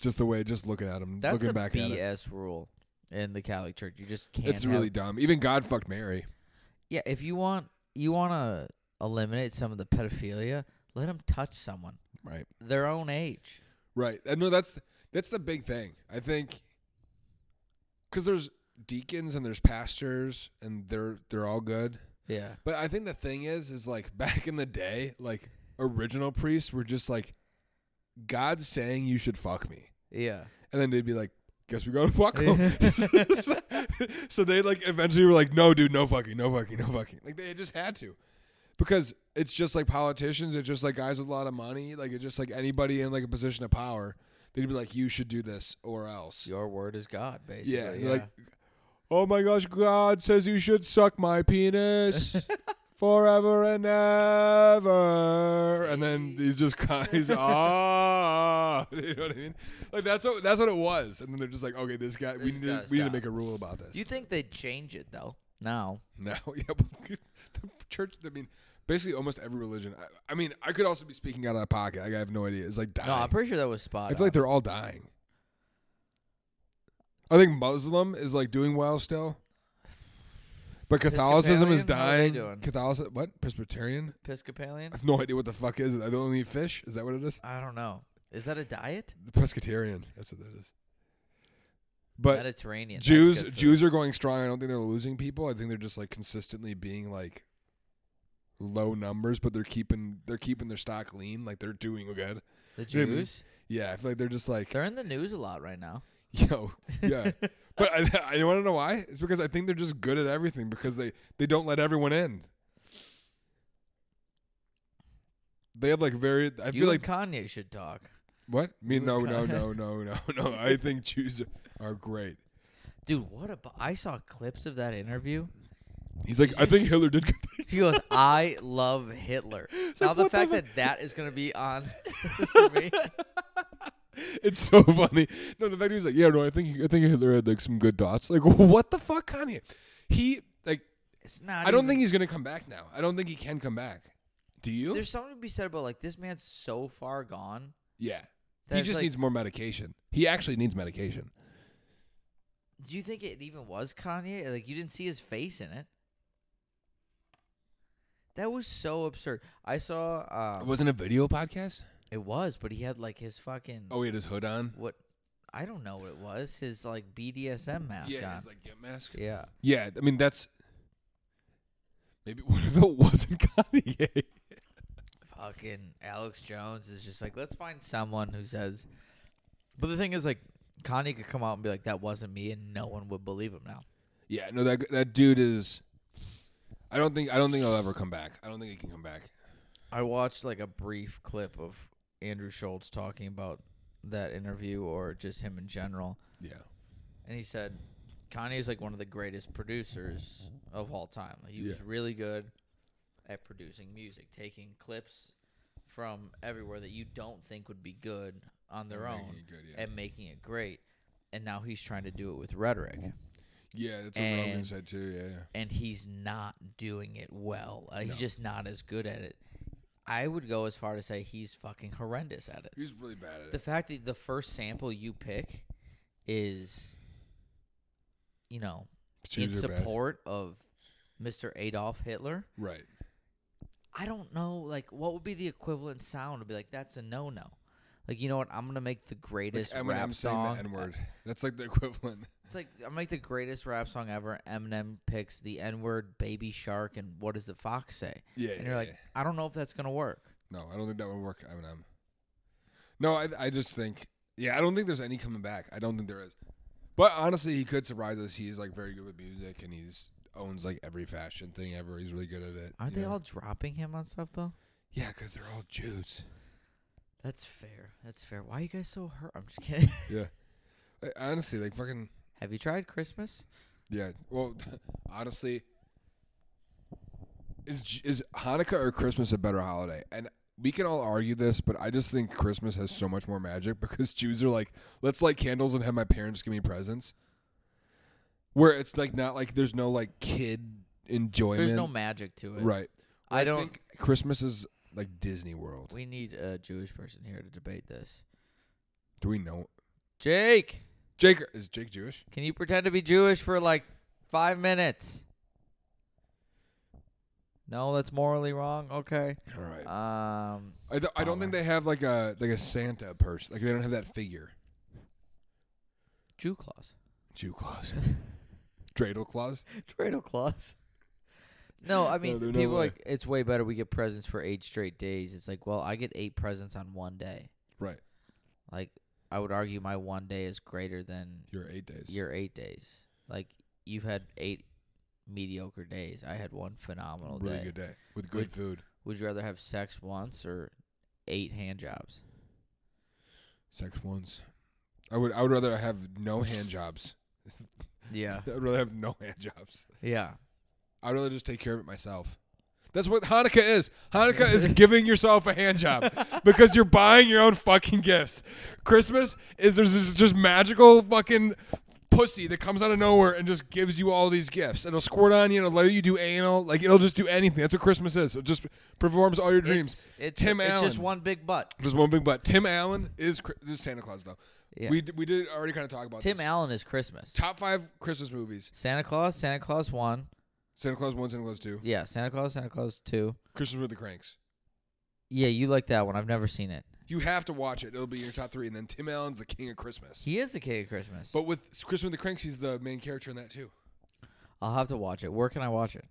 Just the way, just looking at him,
That's
looking
a
back at it,
BS rule in the Catholic Church. You just can't.
it's really dumb. Even God fucked Mary.
Yeah, if you want, you want to eliminate some of the pedophilia. Let them touch someone
Right,
their own age.
right. And no, that's that's the big thing. I think because there's deacons and there's pastors and they're they're all good.
Yeah.
But I think the thing is, is like (laughs) back in the day, like original priests were just like, God's saying you should fuck me.
Yeah.
And then they'd be like, guess we're going to (laughs) fuck 'em." (laughs) so they like eventually were like, no, dude, no fucking, no fucking, no fucking. Like they just had to. Because it's just like politicians, it's just like guys with a lot of money, like it's just like anybody in like a position of power. They'd be like, you should do this or else.
Your word is God, basically.
Yeah. you're Like, oh my gosh, God says you should suck
(laughs)
my penis. Forever and ever, and then he's just kind.
(laughs)
He's ah, (laughs) you know what I mean? Like that's what that's what it was, and then they're just like, okay, this guy, we
This
need to,
guy's
we need to
got-
make a rule about this.
you
(laughs)
think they'd change it though? No.
No, (laughs) yeah, but the church. I mean, basically, almost every religion. I, I mean, I could also be speaking out of pocket. Like, I have no idea. It's like dying.
No, I'm pretty sure that was spot.
I feel like
on.
they're all dying. I think Muslim is like doing well still, but Catholicism is
Episcopalian? How are they
dying.
doing?
Catholic, what Presbyterian?
Episcopalian.
I have no idea what the fuck is. it. I don't eat fish. Is that what it is?
I don't know. Is that a diet?
The Presbyterian. That's what that is. But
Mediterranean. that's
Jews,
good food.
Jews are going strong. I don't think they're losing people. I think they're just like consistently being like low numbers, but they're keeping they're keeping their stock lean. Like they're doing good.
The
you know what I mean?
Jews.
Yeah, I feel like they're just like
They're in the news a lot right now.
yo yeah. But I, (laughs) I want to know why. It's because I think they're just good at everything because they they don't let everyone in. They have like very.
(laughs)
I
you and
feel like
Kanye should talk,
what? Me?
you
No,
and
no,
Kanye. (laughs)
no, no, no, no. I think Jews are great.
dude. What about? I saw clips of that interview.
He's like, I think Hitler did. Good things."
He goes, (laughs) "I love
(laughs)
Hitler." now
like,
the
what the
fact
fuck?
that that is going to be
(laughs)
on for me,
(laughs) It's so funny. No, the fact he's like, yeah, no, I think I think Hitler had like some good thoughts. Like, (laughs) what the fuck, Kanye? He like,
it's not.
I don't
even-
think he's gonna come back now. I don't think he can come back. Do you?
there's something to be said about like this man's so far gone.
yeah.
that
He
it's
just
like-
needs more medication. He actually needs medication.
Do you think it even was Kanye? Like you didn't see his face in it. That was so absurd. I saw. Um,
wasn't a video podcast.
it was, but he had like his fucking
Oh, he had his hood on.
what? I don't know what it was. His like BDSM mask on.
like get mask.
yeah.
Yeah, I mean that's maybe (laughs) what if it wasn't Kanye?
fucking Alex Jones is just like, let's find someone who says. But the thing is, like, Kanye could come out and be like, that wasn't me, and no one would believe him now.
yeah, no, that that dude is. I don't think I don't think he'll ever come back. I don't think he can come back.
I watched like a brief clip of Andrew Schultz talking about that interview or just him in general,
Yeah.
and he said Kanye is like one of the greatest producers of all time. Like, he was
Yeah.
really good at producing music, taking clips from everywhere that you don't think would be good on their
Making
own
it good, yeah.
and making it great. And now he's trying to do it with rhetoric.
Yeah, that's what Rogan
And-
said too. Yeah, yeah.
And he's not doing it well. Uh,
No.
He's just not as good at it. I would go as far to say he's fucking horrendous at it.
He was really bad at
The fact that the first sample you pick is, you know, in
Jews are bad.
support of Mr. Adolf Hitler,
Right.
I don't know, like, what would be the equivalent sound to be like, that's a no no. Like, you know what? I'm going to make the
Like,
greatest
I mean,
rap
I'm saying
song. e-, uh,
the N word. That's like the equivalent. (laughs)
It's like I'm like the greatest rap song ever. Eminem picks the N word, Baby Shark, and what does the fox say?
Yeah.
And
yeah,
you're like,
yeah.
I don't know if that's gonna work.
no, I don't think that would work. I mean, I'm. No, I I just think yeah, I don't think there's any coming back. I don't think there is. But honestly, he could surprise us. He's like very good with music, and he's owns like every fashion thing ever. He's really good at it.
Aren't
you
they
know?
all dropping him on stuff though?
Yeah, because they're all Jews.
That's fair. That's fair. Why are you guys so hurt? I'm just kidding. (laughs)
Yeah. I- honestly, like fucking.
Have you tried Christmas?
Yeah. Well, (laughs) honestly, is J- is Hanukkah or Christmas a better holiday? And we can all argue this, but I just think Christmas has so much more magic (laughs) because Jews are like, let's light candles and have my parents give me presents. Where it's like not like there's no like kid enjoyment,
There's no magic to it.
right?
I don't.
think Christmas is like Disney World.
we need a Jewish person here to debate this.
Do we know
Jake,
Jake? Is Jake Jewish?
can you pretend to be Jewish for like five minutes? No, that's morally wrong. Okay.
All right.
Um.
I, th- I don't think
Bummer.
they have like a like a Santa person. Like they don't have that figure.
Jew clause.
Jew claws. (laughs) Dreidel claws.
Dreidel claws. No, I mean
there's no
people
way.
like it's way better. We get presents for eight straight days. It's like, well, I get eight presents on one day.
Right.
Like I would argue, my one day is greater than
You're eight days.
your eight days. Like you've had eight mediocre days. I had one phenomenal
really
day.
good day with
Good-
good food.
Would you rather have sex once or eight hand jobs?
Sex ones. I would I would rather have no hand jobs. (laughs)
Yeah,
I'd rather have no hand jobs.
(laughs) yeah.
I'd rather just take care of it myself. That's what Hanukkah is.
(laughs)
Hanukkah is giving yourself a hand job because you're buying your own fucking gifts. Christmas is there's this just magical fucking pussy that comes out of nowhere and just gives you all these gifts. It'll squirt on you, it'll let you do anal, like it'll just do anything. That's what Christmas is. It just performs all your dreams.
It's, it's,
Tim
it's just
Allen.
one big butt.
Just one big but. Tim Allen is Chri- this is Santa Claus though.
Yeah.
We we did already kind of talk about
Tim
this.
Allen is Christmas.
Top five Christmas movies:
Santa Claus, Santa Claus one.
Santa Claus one, Santa Claus two,
Yeah, Santa Claus, Santa Claus two.
Christmas with the Cranks.
Yeah, you like that one. I've never seen it.
You have to watch it. It'll be in your top three. And then Tim Allen's the king of Christmas.
He is the King of Christmas.
But with s- Christmas with the Cranks, he's the main character in that too.
I'll have to watch it. Where can I watch it?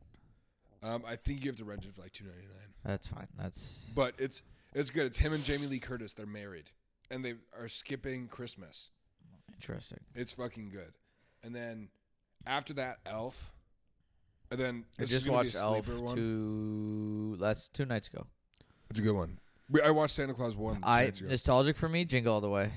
Um, I think you have to rent it for like two ninety nine.
That's fine. That's
But it's it's good. It's him and Jamie Lee Curtis. They're married, and they are skipping Christmas.
interesting.
It's fucking good. and then after that, Elf, and then
I
this is
just
gonna be
watched
a
Elf
sleeper one.
two last two nights ago.
It's a good one. We- I watched Santa Claus one. two
I
nights ago.
nostalgic for me, Jingle All the Way.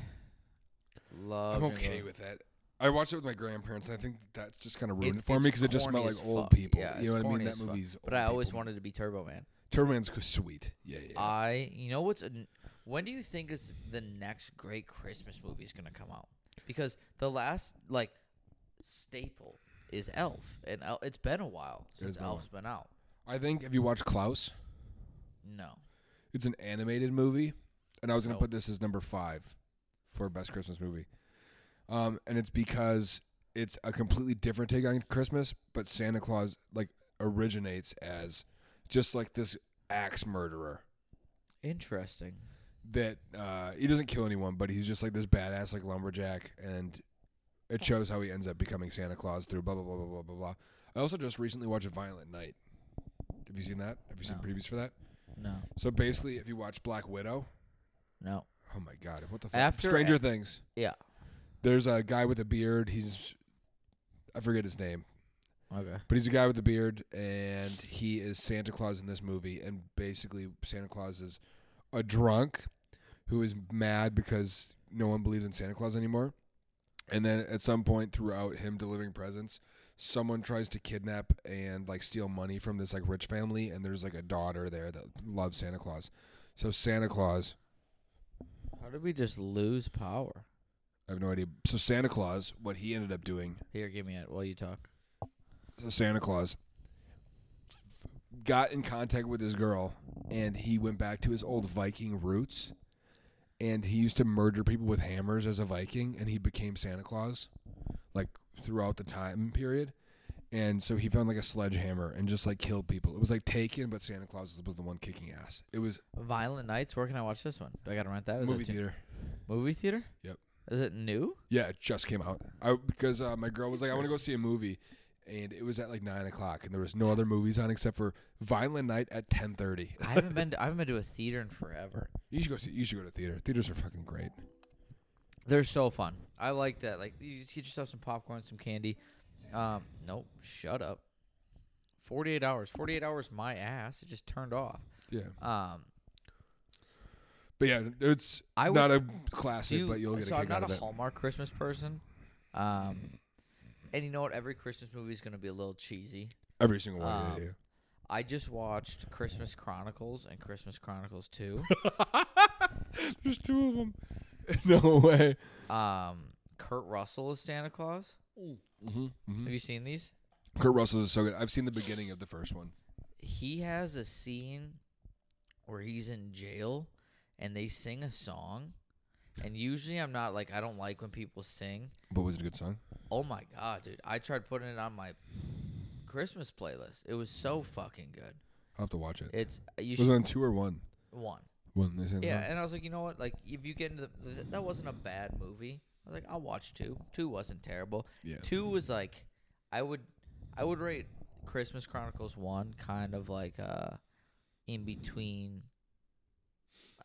Love.
I'm
Jingle All
okay
the Way.
with that. I watched it with my grandparents, and I think that's just kind of ruined
It's-
it for me
it's
because it just
corny
smelled like
as
old
fuck.
people.
Yeah,
you
it's
know what I mean?
corny
That
as fuck.
movie's.
But
old
I always Uh,
people.
wanted to be Turbo Man.
Turbo Man's c- sweet. Yeah, yeah. yeah.
I, you know what's, an- when do you think is the next great Christmas movie is gonna come out? Because the last like staple is Elf, and El- it's been a while since
been a
Elf's been out.
I think if you watch Klaus,
No,
it's an animated movie, and I was going
No.
to put this as number five for best Christmas movie. Um, and it's because it's a completely different take on Christmas, but Santa Claus like originates as just like this axe murderer
interesting.
that uh, he doesn't kill anyone, but he's just like this badass like lumberjack, and it shows how he ends up becoming Santa Claus through blah blah blah blah blah blah blah. I also just recently watched Violent Night. Have you seen that? Have you seen
No.
previews for that?
No,
So basically, if you watch Black Widow,
no,
oh my god, what the fuck?
After-
Stranger Things.
yeah,
There's a guy with a beard. He's I forget his name,
okay,
but he's a guy with a beard, and he is Santa Claus in this movie. And basically, Santa Claus is a drunk who is mad because no one believes in Santa Claus anymore. And then at some point throughout him delivering presents, someone tries to kidnap and like steal money from this like rich family, and there's like a daughter there that loves Santa Claus. So Santa Claus
how did we just lose power?
I have no idea. So Santa Claus, what he ended up doing.
Here, give me it while you talk.
So Santa Claus got in contact with his girl, and he went back to his old Viking roots, and he used to murder people with hammers as a Viking, and he became Santa Claus, like throughout the time period. And so he found like a sledgehammer and just like killed people. It was like Taken, but Santa Claus was the one kicking ass. It was
Violent Nights. Where can I watch this one? Do I gotta rent that? Is
movie
it too-
theater.
Movie theater.
Yep.
Is it new?
Yeah, it just came out. I because uh, my girl was like, I want to go see a movie, and it was at like nine o'clock, and there was no other movies on except for Violent Night at ten thirty.
I haven't been. To, I haven't been to a theater in forever.
You should go see. You should go to theater. Theaters are fucking great.
They're so fun. I like that. Like you just get yourself some popcorn, some candy. Um, nope, shut up. Forty eight hours. Forty eight hours my ass. It just turned off.
Yeah,
Um
but yeah, it's
I would-
not a
do
classic,
you,
but you'll get
so
a
I'm
kick
not
out of
a
it.
Hallmark Christmas person. Um and you know what? Every Christmas movie is gonna be a little cheesy.
Every single one. yeah,
Um,
yeah,
I just watched Christmas Chronicles and Christmas Chronicles
(laughs)
two.
yeah. (laughs) There's two of them. (laughs) no way.
um Kurt Russell is Santa Claus.
Mm-hmm.
Have you seen these?
Kurt Russell is so good. I've seen the beginning of the first one.
he has a scene where he's in jail and they sing a song and usually i'm not like i don't like when people sing
But was it a good song?
oh my god dude i tried putting it on my christmas playlist it was so fucking good
I'll have to watch it.
it's you
was it Uh-huh.
should
on two or one?
one
One. They sang the
yeah
song?
and i was like you know what like if you get into the, th- that wasn't a bad movie i was like i'll watch two two wasn't terrible
Yeah.
two was like i would i would rate christmas chronicles one kind of like uh in between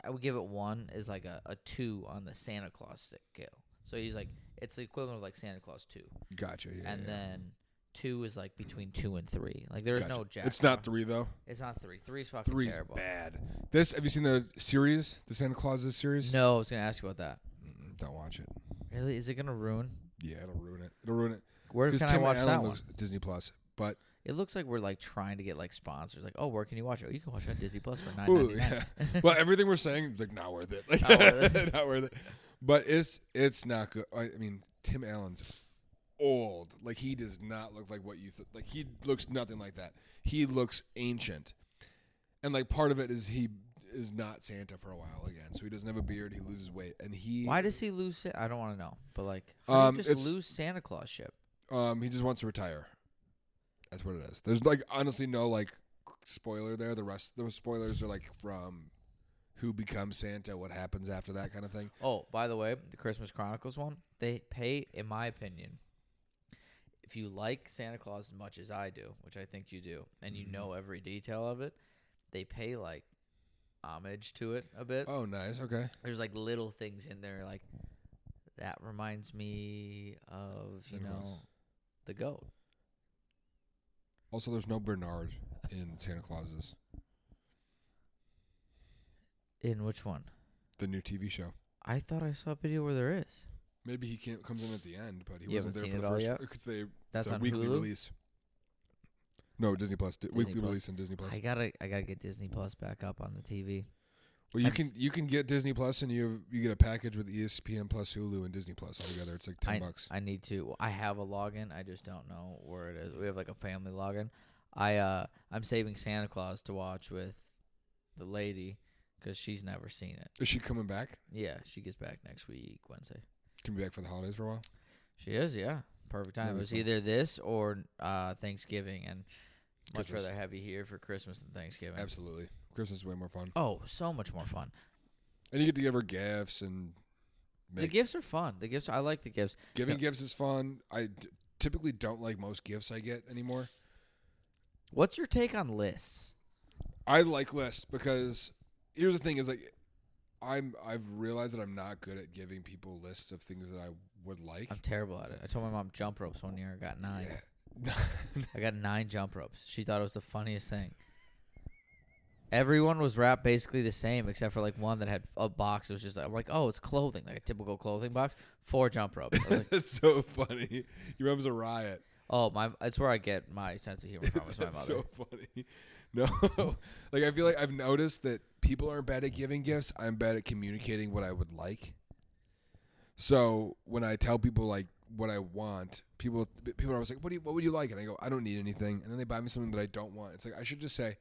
i would give it one is like a, a two on the santa claus scale so he's like it's the equivalent of like santa claus two
Gotcha. Yeah.
and
yeah.
then two is like between two and three like there's
Gotcha.
no jack
It's not three though.
it's not three three's fucking
Three's
terrible
bad. This have you seen the series, the Santa Claus series?
no i was gonna ask you about that
Mm, Don't watch it.
really is it gonna ruin
Yeah, it'll ruin it. It'll ruin it.
where
'Cause
can i
Tim
watch
Allen
that one
looks- Disney Plus, but
It looks like we're like trying to get like sponsors. Like, oh, where can you watch it? Oh, you can watch it on Disney Plus for nine
ooh,
ninety nine.
yeah.
(laughs)
well, everything we're saying is like not worth it. Like
Not
(laughs)
worth it.
not worth it. But it's it's not good. I I mean, Tim Allen's old. Like he does not look like what you th- like. He looks nothing like that. He looks ancient, and like part of it is he is not Santa for a while again, so he doesn't have a beard. He loses weight, and he
Why does he lose? Sa- I don't want to know, but like, how
Um,
do you
it's-
just lose Santa Claus ship?
Um, he just wants to retire. That's what it is. There's like honestly no like spoiler there. The rest those spoilers are like from who becomes Santa, what happens after that kind of thing.
Oh, by the way, the Christmas Chronicles one, they pay, in my opinion, if you like Santa Claus as much as I do, which I think you do, and
Mm-hmm.
you know every detail of it, they pay like homage to it a bit.
Oh, nice. Okay.
There's like little things in there, like that reminds me of you
Santa Claus.
know the goat.
Also, there's no Bernard in Santa Claus's,
In which one?
the new TV show.
I thought I saw a video where there is.
Maybe he can't comes in at the end, but he
You haven't
wasn't there
seen
for
it
the
all
first
yet?
because they
That's
it's a
on
weekly
Hulu.
release. No, Disney Plus. Di- weekly
Plus.
release on Disney Plus.
I gotta, I gotta get Disney Plus back up on the TV.
well, you
I've s-
can you can get Disney Plus and you have, you get a package with E ESPN Plus Hulu and Disney Plus all together. It's like ten bucks.
I need to. I have a login. I just don't know where it is. We have like a family login. I, uh, I'm saving Santa Claus to watch with the lady because she's never seen it.
Is she coming back?
Yeah, she gets back next week Wednesday.
Can be back for the holidays for a while.
She is, yeah. Perfect time. It
That'd be
was
fun.
either this or uh, Thanksgiving, and much
Christmas.
rather have you here for Christmas than Thanksgiving.
Absolutely, Christmas is way more fun,
Oh, so much more fun.
and you get to give her gifts and
The
make,
gifts are fun. The gifts, I like the gifts.
giving
no.
gifts is fun. I d- typically don't like most gifts I get anymore.
What's your take on lists?
I like lists because here's the thing: is like I'm I've realized that I'm not good at giving people lists of things that I would like.
I'm terrible at it. I told my mom jump ropes one year. I got nine.
Yeah.
(laughs)
(laughs)
I got nine jump ropes. She thought it was the funniest thing. Everyone was wrapped basically the same except for like one that had a box. It was just like, I'm like, oh, it's clothing, like a typical clothing box. Four jump ropes. I was
(laughs)
like,
That's so funny. Your mom's a riot.
oh my, that's where I get my sense of humor from. Is my
(laughs) That's
mother.
so funny. (laughs) No, (laughs) like I feel like I've noticed that people aren't bad at giving gifts. I'm bad at communicating what I would like. So when I tell people like what I want, people people are always like, "What do you, what would you like?" And I go, "I don't need anything." And then they buy me something that I don't want. It's like I should just say,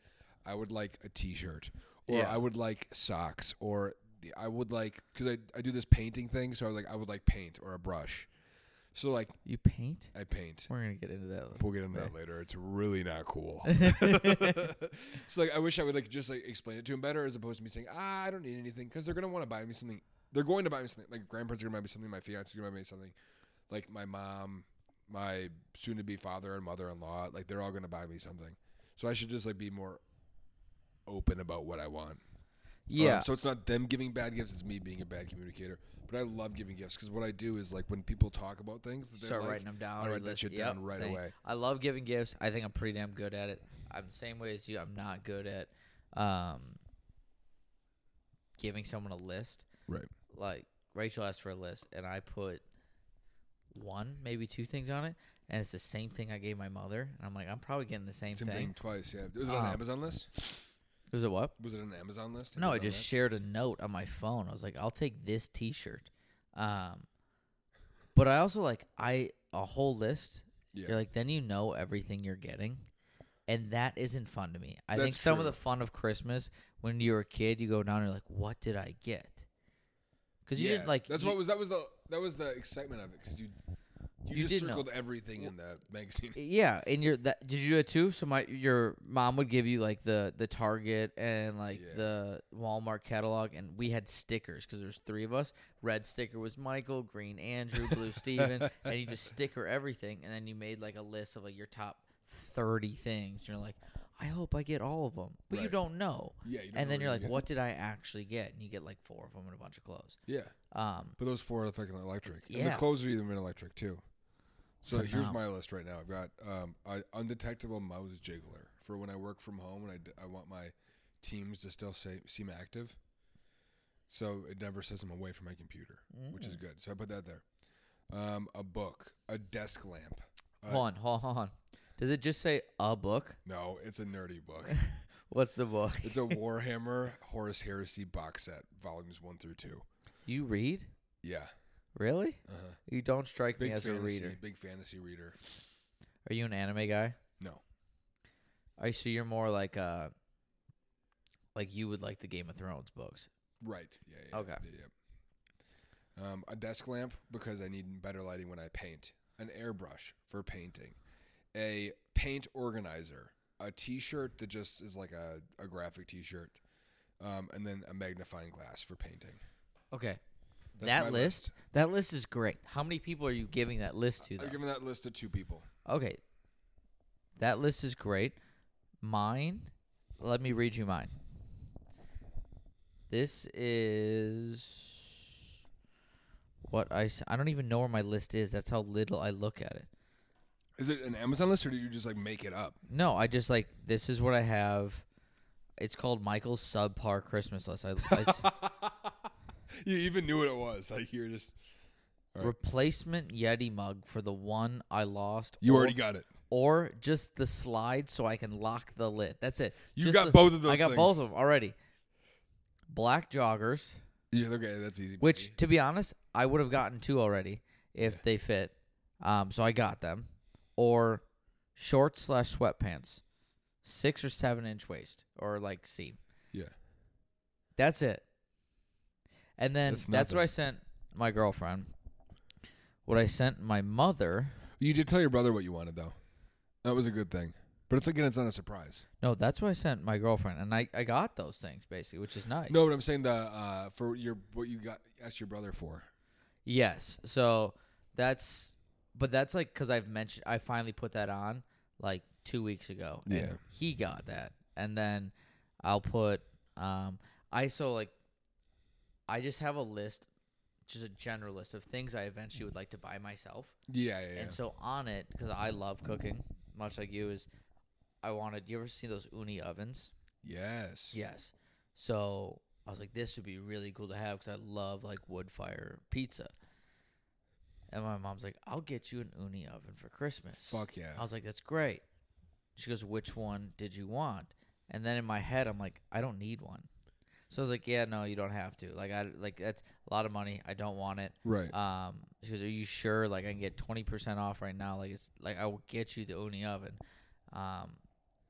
"I would like a T-shirt," or
Yeah.
"I would like socks," or the- "I would like" because I I do this painting thing. So I was like, "I would like paint or a brush." So like
You paint?
I paint.
We're gonna get into that.
We'll get into that
Right.
later. It's really
(laughs)
not cool. so like, I wish I would like just like explain it to him better, as opposed to me saying, "Ah, I don't need anything," because they're gonna want to buy me something. They're going to buy me something. Like grandparents are gonna buy me something. My fiance's gonna buy me something. Like my mom, my soon-to-be father and mother-in-law. Like they're all gonna buy me something. So I should just like be more open about what I want.
Yeah.
Um, so it's not them giving bad gifts; it's me being a bad communicator. But I love giving gifts because what I do is like when people talk about things, that they
Start
like,
writing them down.
I
or
write that
list-
shit
yep,
down right
same.
away.
I love giving gifts. I think I'm pretty damn good at it. I'm the same way as you. I'm not good at um, giving someone a list.
Right.
Like Rachel asked for a list, and I put one, maybe two things on it, and it's the same thing I gave my mother. And I'm like, I'm probably getting the same,
Same
thing.
thing. twice. Yeah. Was it on
Um,
an Amazon list?
Was it what?
Was it an Amazon list?
No, I
Amazon
just
list?
shared a note on my phone. I was like, I'll take this T-shirt. Um, but I also like I a whole list.
Yeah.
You're like, then you know everything you're getting, and that isn't fun to me. I think
That's
some of
true.
the fun of Christmas when you were a kid, you go down and you're like, what did I get? Because you
Yeah.
didn't like
That's
you-
what was that was the that was the excitement of it because you you,
You
just
did know.
circled everything in the magazine.
Yeah, and your that did you do it too? So my your mom would give you like the the Target and like
Yeah.
the Walmart catalog, and we had stickers because there's three of us. Red sticker was Michael, green Andrew, blue Steven,
(laughs)
and you just sticker everything, and then you made like a list of like your top thirty things. You're like, I hope I get all of them, but you
Right.
don't know.
(laughs) Yeah. You don't know
and then
what
you're like,
gonna
what did I actually get? And you get like four of them and a bunch of clothes.
get. Yeah.
Um,
But those four are fucking electric. And
Yeah.
the clothes are even electric too. So here's
Phenomenal.
my list right now. I've got um, a undetectable mouse jiggler for when I work from home and I, d- I want my teams to still say, seem active. So it never says I'm away from my computer, which
Mm.
is good. So I put that there. Um, a book, a desk lamp. Uh,
hold on, hold on, hold on. Does it just say a book?
No, it's a nerdy book.
What's the book? (laughs)
It's a Warhammer Horus Heresy box set, volumes one through two.
You read?
Yeah,
Really?
Uh-huh.
You don't strike
big
me as
fantasy,
a reader.
big fantasy reader.
Are you an anime guy?
No,
I see you're more like uh like you would like the Game of Thrones books.
right? Yeah. yeah
Okay.
Yeah, yeah. Um, a desk lamp because I need better lighting when I paint. An airbrush for painting. A paint organizer. A T-shirt that just is like a, a graphic T-shirt. Um, and then a magnifying glass for painting.
Okay.
That's my
that list, that list is great. How many people are you giving that list to though?
I've given that list to two people.
okay. That list is great. Mine, let me read you mine. This is what I s- I don't even know where my list is. That's how little I look at it.
Is it an Amazon list or did you just like make it up?
No, I just like this is what I have. It's called Michael's subpar Christmas list. I, I
(laughs)
s-
You even knew what it was. Like you're just All right.
replacement Yeti mug for the one I lost.
you
or,
already got it.
or just the slide so I can lock the lid. That's it.
You
Just
got
the-
both of those
I got
things.
both of them already. Black joggers,
Yeah, okay, that's easy.
which to be honest, I would have gotten two already if they fit. Um, so I got them. Or shorts slash sweatpants, six or seven inch waist or like seam.
yeah.
That's it. And then
That's
that's, what I sent my girlfriend. What I sent my mother.
You did tell your brother what you wanted though. That was a good thing. But it's again, it's not a surprise.
No, that's what I sent my girlfriend, and I, I got those things basically, which is nice.
No, but I'm saying the uh, for your what you got asked your brother for.
Yes. So that's, but that's like because I've mentioned I finally put that on like two weeks ago. and
Yeah.
He got that, and then I'll put um I so like I just have a list, just a general list of things I eventually would like to buy myself.
Yeah, yeah, yeah.
And so on it, because I love cooking, much like you, is I wanted. You ever see those uni ovens?
yes.
Yes. So I was like, this would be really cool to have because I love like wood fire pizza. And my mom's like, I'll get you an uni oven for Christmas.
Fuck yeah.
I was like, that's great. She goes, which one did you want? And then in my head, I'm like, I don't need one. So I was like, yeah, no, you don't have to. Like, I like that's a lot of money. I don't want it.
Right.
Um, she goes, "Are you sure? Like, I can get twenty percent off right now. Like, it's like I will get you the uni oven." Um,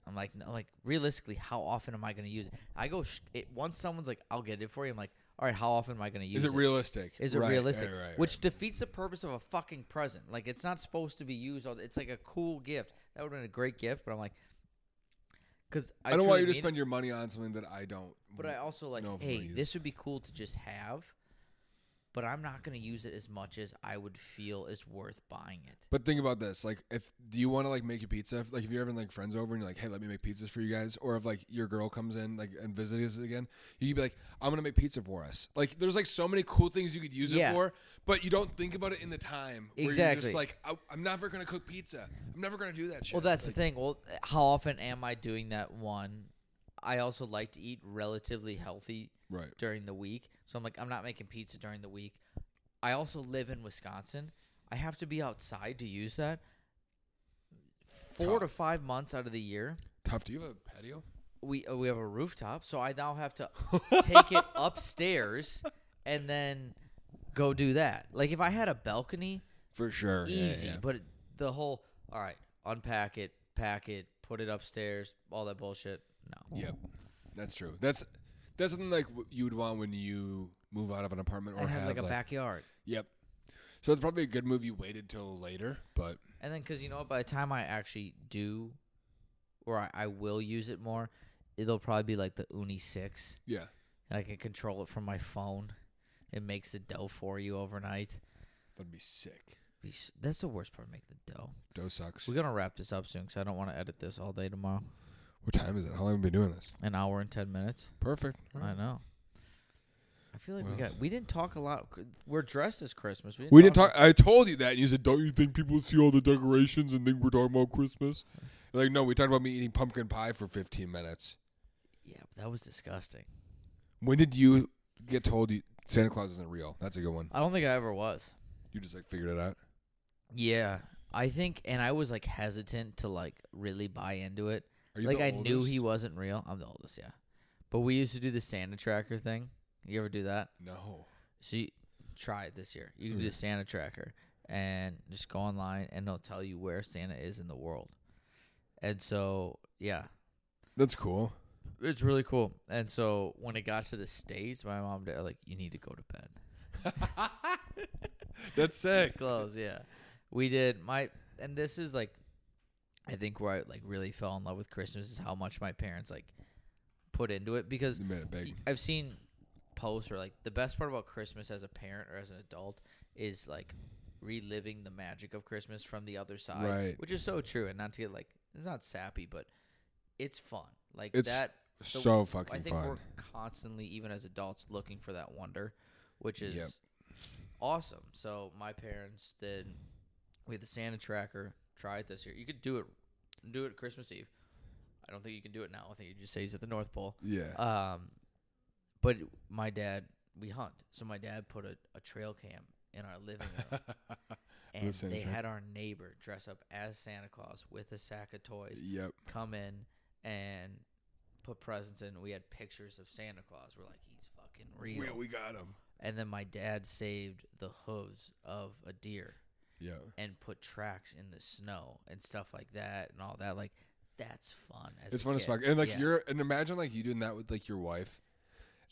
I'm like, no, like realistically, how often am I gonna use it? I go sh- it, once someone's like, "I'll get it for you." I'm like, "All right, how often am I gonna use
Is it realistic?
Is it
Right,
realistic?
right, right,
Which
right.
defeats the purpose of a fucking present. Like, it's not supposed to be used. All it's like a cool gift. That would have been a great gift, but I'm like, because I,
I, don't
truly
want you to
mean it.
spend your money on something that I don't.
But I also like,
no,
hey,
please.
this would be cool to just have, but I'm not gonna use it as much as I would feel is worth buying it.
But think about this: like, if do you want to like make a pizza? If, like, if you're having like friends over and you're like, "Hey, let me make pizzas for you guys," or if like your girl comes in like and visits us again, you could be like, "I'm gonna make pizza for us." Like, there's like so many cool things you could use
Yeah.
it for, but you don't think about it in the time. Where You're
Exactly.
just like, I- "I'm never gonna cook pizza. I'm never gonna do that shit."
Well, that's
Like,
the thing. Well, how often am I doing that? One, I also like to eat relatively healthy
right.
during the week, so I'm like, I'm not making pizza during the week. I also live in Wisconsin. I have to be outside to use that. Four to
Tough.
five months out of the year,
Tough. Do you have a patio?
we uh, we have a rooftop, so I now
(laughs)
have to take it upstairs and then go do that. Like if I had a balcony,
For sure. Yeah, yeah,
easy,
yeah.
but the whole all right, unpack it, pack it, put it upstairs, all that bullshit. No.
Yep, that's true. That's that's something like what you would want when you move out of an apartment or
I have
have
like a backyard.
Yep. So it's probably a good move you waited till later, but
And then cuz you know what, by the time I actually do or I, I will use it more, it'll probably be like the Uni 6
yeah.
and I can control it from my phone. It makes the dough for you overnight.
That'd be sick.
Be s- That's the worst part, make the dough.
Dough sucks.
We're gonna wrap this up soon because I don't want to edit this all day tomorrow.
What time is it? How long have we been doing this?
An hour and ten minutes.
Perfect.
I know. I feel like
What
we got.
else?
We didn't talk a lot. We're dressed as Christmas. We didn't,
We didn't talk. I told you that, and you said, "Don't you think people see all the decorations and think we're talking about Christmas?" Like, no, we talked about me eating pumpkin pie for 15 minutes.
Yeah, but that was disgusting.
When did you get told you Santa Claus isn't real? That's a good one.
I don't think I ever was.
You just like figured it out.
Yeah, I think, and I was like hesitant to like really buy into it.
Are you
Like
the
I knew
oldest?
he wasn't real. I'm the oldest, yeah. But we used to do the Santa tracker thing. You ever do that?
No.
So you try it this year. You can do
Okay.
the Santa tracker and just go online and they'll tell you where Santa is in the world. And so, yeah,
That's cool.
it's really cool. And so when it got to the States, my mom and dad are like, you need to go to bed.
That's sick.
It's close, yeah. We did my and this is like I think where I like really fell in love with Christmas is how much my parents like put into it because
You made it big.
I've seen posts where like the best part about Christmas as a parent or as an adult is like reliving the magic of Christmas from the other side,
Right.
which is so true. And not to get like it's not sappy, but it's fun. Like
It's
that. the-
so fucking
I think
fun.
we're constantly, even as adults, looking for that wonder, which is
Yep.
awesome. So my parents did. We had the Santa tracker Try it this year. You could do it, do it Christmas Eve. I don't think you can do it now. I think you just say he's at the North Pole.
Yeah.
Um, but my dad, we hunt, so my dad put a, a trail cam in our living
(laughs)
room, and
Listen,
they
Trent.
had our neighbor dress up as Santa Claus with a sack of toys,
yep.
come in and put presents in. We had pictures of Santa Claus. We're like, he's fucking real.
we got him.
And then my dad saved the hooves of a deer
Yeah.
and put tracks in the snow and stuff like that and all that. Like, that's fun. As
It's
a
fun as
kid.
fuck. And like
Yeah.
you're and imagine like you doing that with like your wife.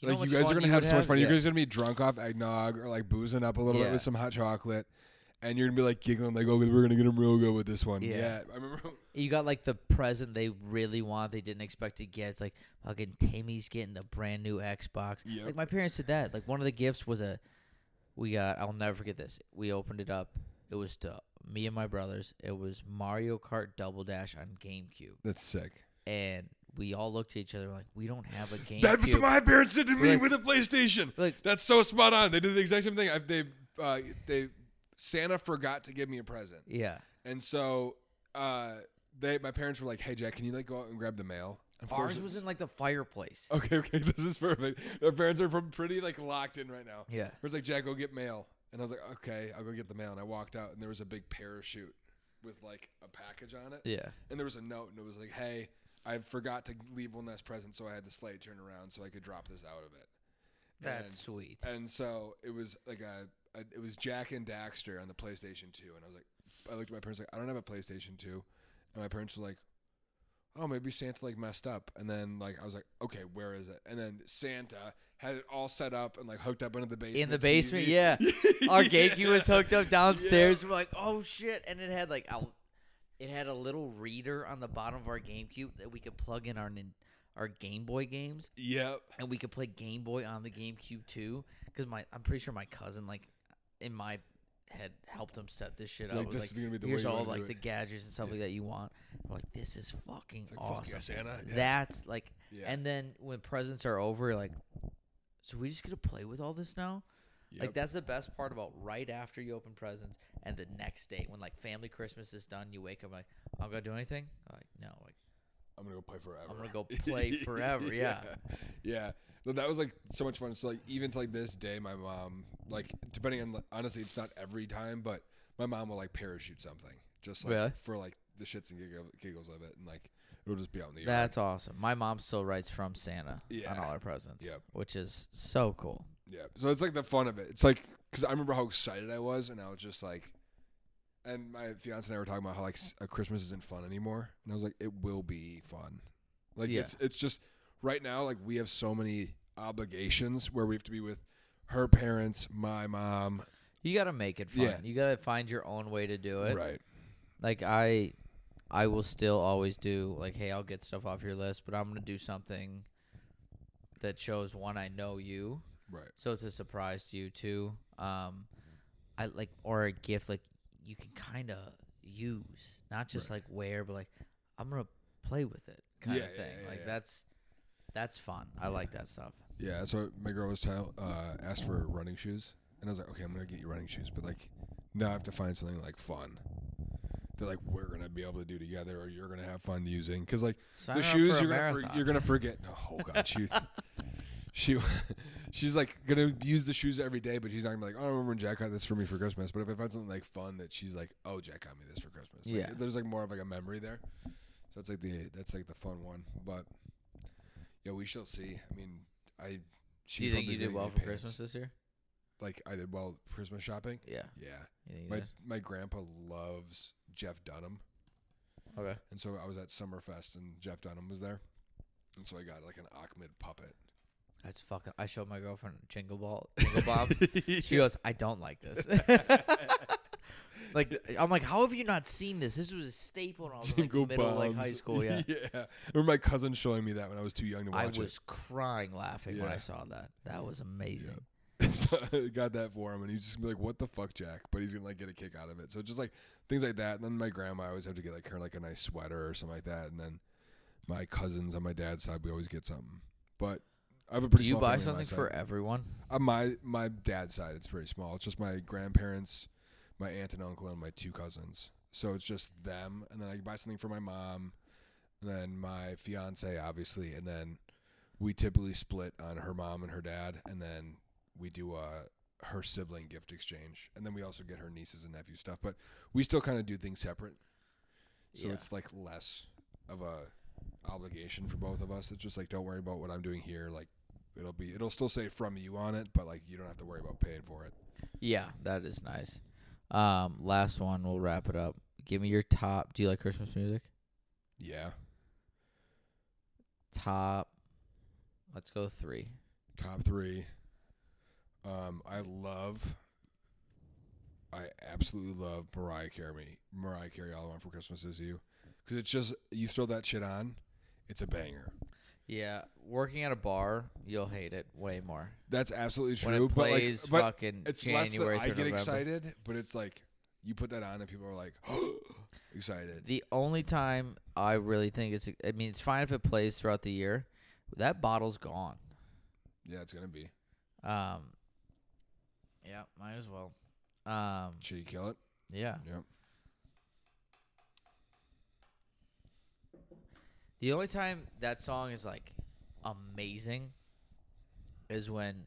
know how
like
much
you guys
fun
are gonna
you
have
would
so much fun. You
Yeah.
guys are gonna be drunk off eggnog or like boozing up a little bit
Yeah.
with some hot chocolate. And you're gonna be like giggling, like, "Oh, we're gonna get him real good with this one." Yeah,
Yeah.
I remember. (laughs)
You got like the present they really want, they didn't expect to get. It's like fucking Timmy's getting a brand new Xbox.
Yep.
Like my parents did that. Like one of the gifts was a we got I'll never forget this. We opened it up. It was to me and my brothers. It was Mario Kart Double Dash on GameCube.
That's sick.
And we all looked at each other like we don't have a GameCube.
That's what my parents did to me
Like-
with a PlayStation.
like
That's so spot on. They did the exact same thing. I, they, uh, they, Santa forgot to give me a present,
yeah.
and so uh, they, my parents were like, "Hey, Jack, can you like go out and grab the mail?" Of
Ours was in like the fireplace.
Okay, okay, (laughs) this is perfect. Our parents are from pretty like locked in right now.
Yeah.
It was like, Jack, go get mail. And I was like, okay, I'll go get the mail. And I walked out, and there was a big parachute with like a package on it.
Yeah.
And there was a note, and it was like, hey, I forgot to leave one last present, so I had the slate turned around so I could drop this out of it.
That's
And-
sweet.
And so it was like a, a it was Jack and Daxter on the PlayStation 2, and I was like, I looked at my parents like, I don't have a PlayStation 2, and my parents were like, Oh, maybe Santa like messed up, and then like I was like, Okay, where is it? And then Santa had it all set up and like hooked up under the basement.
in the basement.
TV.
Yeah,
(laughs)
our GameCube was hooked up downstairs.
Yeah.
We're like, oh shit! And it had like, I'll, it had a little reader on the bottom of our GameCube that we could plug in our nin- our Game Boy games,
Yep.
and we could play Game Boy on the GameCube too. Because my, I'm pretty sure my cousin like, in my head helped him set this shit up.
Like,
It was
this is gonna be the way
here's
you
all
wanna do
like
it."
the gadgets and stuff like that you want. I'm like, this is fucking
like, fuck
awesome.
yeah, Santa. Yeah.
That's like,
Yeah.
and then when presents are over, like, so we just gonna play with all this now?
Yep.
Like that's the best part about right after you open presents and the next day when like family Christmas is done, you wake up like I'm gonna do anything. I'm like no, like
I'm gonna go play forever.
I'm
(laughs)
gonna go play forever. Yeah,
yeah. No, that was like so much fun. So like even to like this day, my mom like depending on honestly, it's not every time, but my mom will like parachute something just like
Really?
for like the shits and giggle- giggles of it, and like it'll just be out in the yard.
that's awesome. My mom still writes from Santa on
Yeah.
all our presents,
Yep.
which is so cool.
Yeah. So it's like the fun of it. It's like because I remember how excited I was, and I was just like, and my fiance and I were talking about how like s- uh, Christmas isn't fun anymore, and I was like, it will be fun. Like
Yeah.
it's it's just right now like we have so many obligations where we have to be with her parents, my mom,
You gotta make it fun.
Yeah.
You gotta find your own way to do it.
right.
Like I, I will still always do like, hey, I'll get stuff off your list, but I'm gonna do something that shows one I know you.
Right.
So it's a surprise to you too. Um, I like or a gift like you can kind of use, not just like wear, but like I'm gonna play with it kind
Yeah,
of
yeah,
thing.
yeah,
like
yeah.
that's that's fun. I like that stuff.
Yeah, that's what my girl was tell uh, asked for running shoes, and I was like, okay, I'm gonna get you running shoes, but like, now I have to find something like fun that like we're gonna be able to do together, or you're gonna have fun using, because like
Sign
the
her up
shoes
for a
you're gonna for,
marathon.
you're gonna forget. Oh
(laughs)
god, she she she's like gonna use the shoes every day, but she's not gonna be like, oh, I remember when Jack got this for me for Christmas. But if I find something like fun that she's like, oh, Jack got me this for Christmas, like,
Yeah.
there's like more of like a memory there. So that's like the that's like the fun one, but yeah, we shall see. I mean, I.
Do you
she's
think
probably
you did
getting
well
me
for
pants.
Christmas this year?
Like I did well Christmas shopping.
Yeah.
Yeah,
You think you
my
did?
my grandpa loves Jeff Dunham,
Okay.
and so I was at Summerfest and Jeff Dunham was there, and so I got like an Ahmed puppet.
That's fucking. I showed my girlfriend Jingle Ball, Jingle
(laughs)
Bobs. She goes, I don't like this. like I'm like, how have you not seen this? This was a staple when I
(laughs)
was in like, middle like high
Bombs.
school.
(laughs)
Yeah.
yeah. I remember my cousin showing me that when I was too young to
I
watch
was crying laughing when
Yeah.
I saw that. That was amazing.
it. (laughs) so I got that for him, and he's just gonna be like, "What the fuck, Jack?" But he's gonna like get a kick out of it. So just like things like that. And then my grandma, I always have to get like her like a nice sweater or something like that. And then my cousins on my dad's side, we always get something. But I have a pretty.
Do you
small
buy
family on my
something
side.
for everyone?
on Uh, my my dad's side? It's pretty small. It's just my grandparents, my aunt and uncle, and my two cousins. So it's just them, and then I buy something for my mom, and then my fiance, obviously, and then we typically split on her mom and her dad, and then we do a her sibling gift exchange, and then we also get her nieces and nephew stuff. But we still kind of do things separate, so
Yeah.
it's like less of a obligation for both of us. It's just like don't worry about what I'm doing here. Like it'll be it'll still say from you on it, but like you don't have to worry about paying for it.
Yeah, that is nice. Um, last one, we'll wrap it up. Give me your top. Do you like Christmas music?
Yeah.
Top. Let's go three.
top three. Um, I love, I absolutely love Mariah Carey. Mariah Carey, all I want for Christmas is you, because it's just you throw that shit on, it's a banger.
Yeah, working at a bar, you'll hate it way more
That's absolutely true.
when it
but
plays
like, but
fucking
it's
January
less that I
through
get
November.
excited, but it's like you put that on and people are like (gasps) excited.
The only time I really think it's, I mean, it's fine if it plays throughout the year. That bottle's gone.
Yeah, it's gonna be.
Um, yeah, might as well. Um,
Should you kill it?
yeah.
Yep.
The only time that song is like amazing is when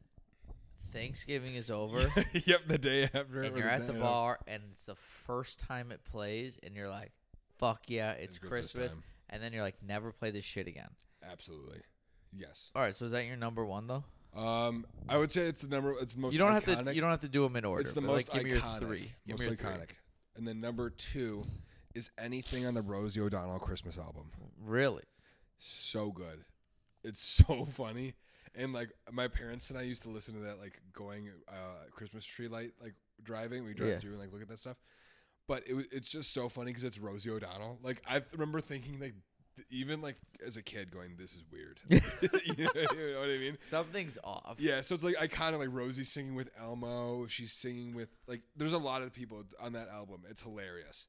Thanksgiving is
(laughs)
over
(laughs) yep. The day after,
and
or
you're at the
day-
bar and it's the first time it plays and you're like, fuck yeah, it's,
It's good this
Christmas.
time.
And then you're like, never play this shit again.
Absolutely. Yes.
All right, so is that your number one though?
Um, I would say it's the number. It's the most.
You don't
iconic.
have to. You don't have to do them in order.
It's the
but,
most
like, give me
iconic.
your three. Give
Most
me your three.
iconic. And then number two is anything on the Rosie O'Donnell Christmas album.
Really?
So good. It's (laughs) so funny. And like my parents and I used to listen to that like going uh, Christmas tree light like driving. We drive
Yeah.
through and like look at that stuff. But it, wa- it's just so funny because it's Rosie O'Donnell. Like I th- remember thinking like th- even like as a kid going this is weird. (laughs) you know what I mean?
Something's off.
Yeah, so it's like iconic, like Rosie singing with Elmo. She's singing with like there's a lot of people on that album. It's hilarious,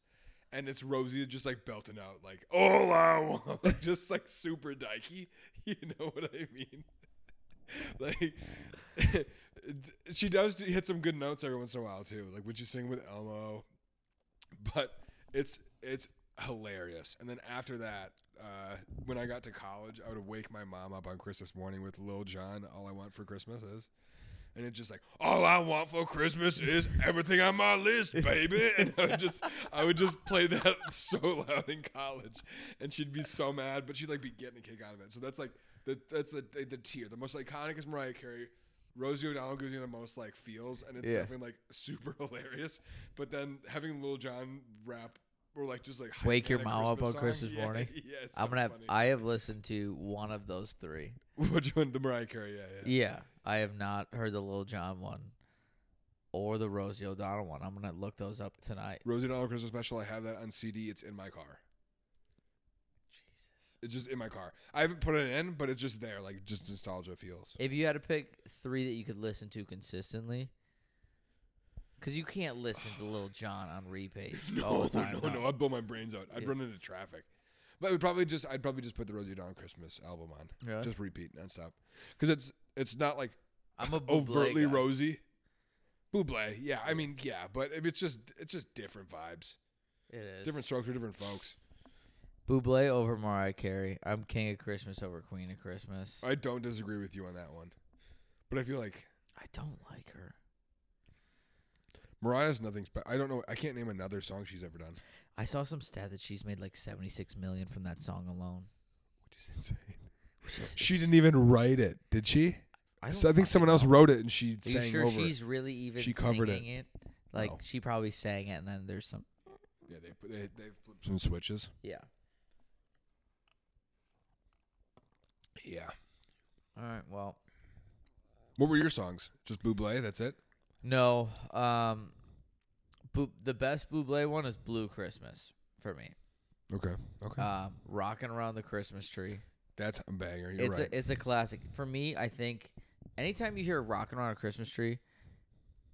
and it's Rosie just like belting out like "All I want," just (laughs) like super dykey. (laughs) You know what I mean? (laughs) like (laughs) she does do- hit some good notes every once in a while too, like when she's singing with Elmo. (laughs) But it's it's hilarious. And then after that, uh, when I got to college, I would wake my mom up on Christmas morning with Lil Jon, "All I Want for Christmas Is," and it's just like, "All I want for Christmas is everything on my list, baby." And I would just I would just play that (laughs) so loud in college, and she'd be so mad, but she'd like be getting a kick out of it. So that's like the that's the the, the tier. The most iconic is Mariah Carey. Rosie O'Donnell gives you the most like feels, and it's
Yeah.
definitely like super (laughs) hilarious. But then having Lil Jon rap or like just like hype
Wake your
man a
mom up on
song,
Christmas morning.
(laughs) Yeah, it's
I'm
so
gonna have.
funny.
I have listened to one of those three.
(laughs) What you want the Mariah Carey? Yeah, yeah.
Yeah, I have not heard the Lil Jon one or the Rosie O'Donnell one. I'm gonna look those up tonight.
Rosie O'Donnell Christmas special. I have that on CD. It's in my car.
Jesus.
It's just in my car. I haven't put it in, but it's just there. Like just nostalgia feels. (laughs)
If you had to pick three that you could listen to consistently, because you can't listen to Lil Jon on repeat all
(laughs) No,
the time.
no,
no.
no. I'd blow my brains out. I'd
Yeah.
run into traffic. But I would probably just I'd probably just put the Rosie O'Donnell Christmas album on.
Really?
Just repeat nonstop. Because it's it's not like
I'm a Bublé
overtly
guy.
rosy. Buble, yeah. I mean, yeah, but it's just it's just different vibes,
It is
different strokes for different folks.
Buble over Mariah Carey. I'm King of Christmas over Queen of Christmas.
I don't disagree with you on that one, but I feel like
I don't like her.
Mariah's nothing's. But I don't know. I can't name another song she's ever
(laughs)
done,
I saw some stat that she's made like 76 million from that song alone.
which is insane.
Which is,
She didn't even write it, did she?
I,
So I
don't
think someone
fucking
else
know.
wrote it and she
Are you
sang
sure
over. it.
she's really even
She covered it.
singing it? Like
No.
she probably sang it, and then there's some.
Yeah, they put- they they flipped some switches.
Yeah.
Yeah.
All right. Well,
What were your songs? Just Buble. That's it.
no. Um, Bu- the best Buble one is Blue Christmas for me.
Okay. Okay.
Um, rocking around the Christmas tree.
that's a banger. You're
it's
right.
a it's a classic for me. I think anytime you hear "Rockin' on a Christmas Tree"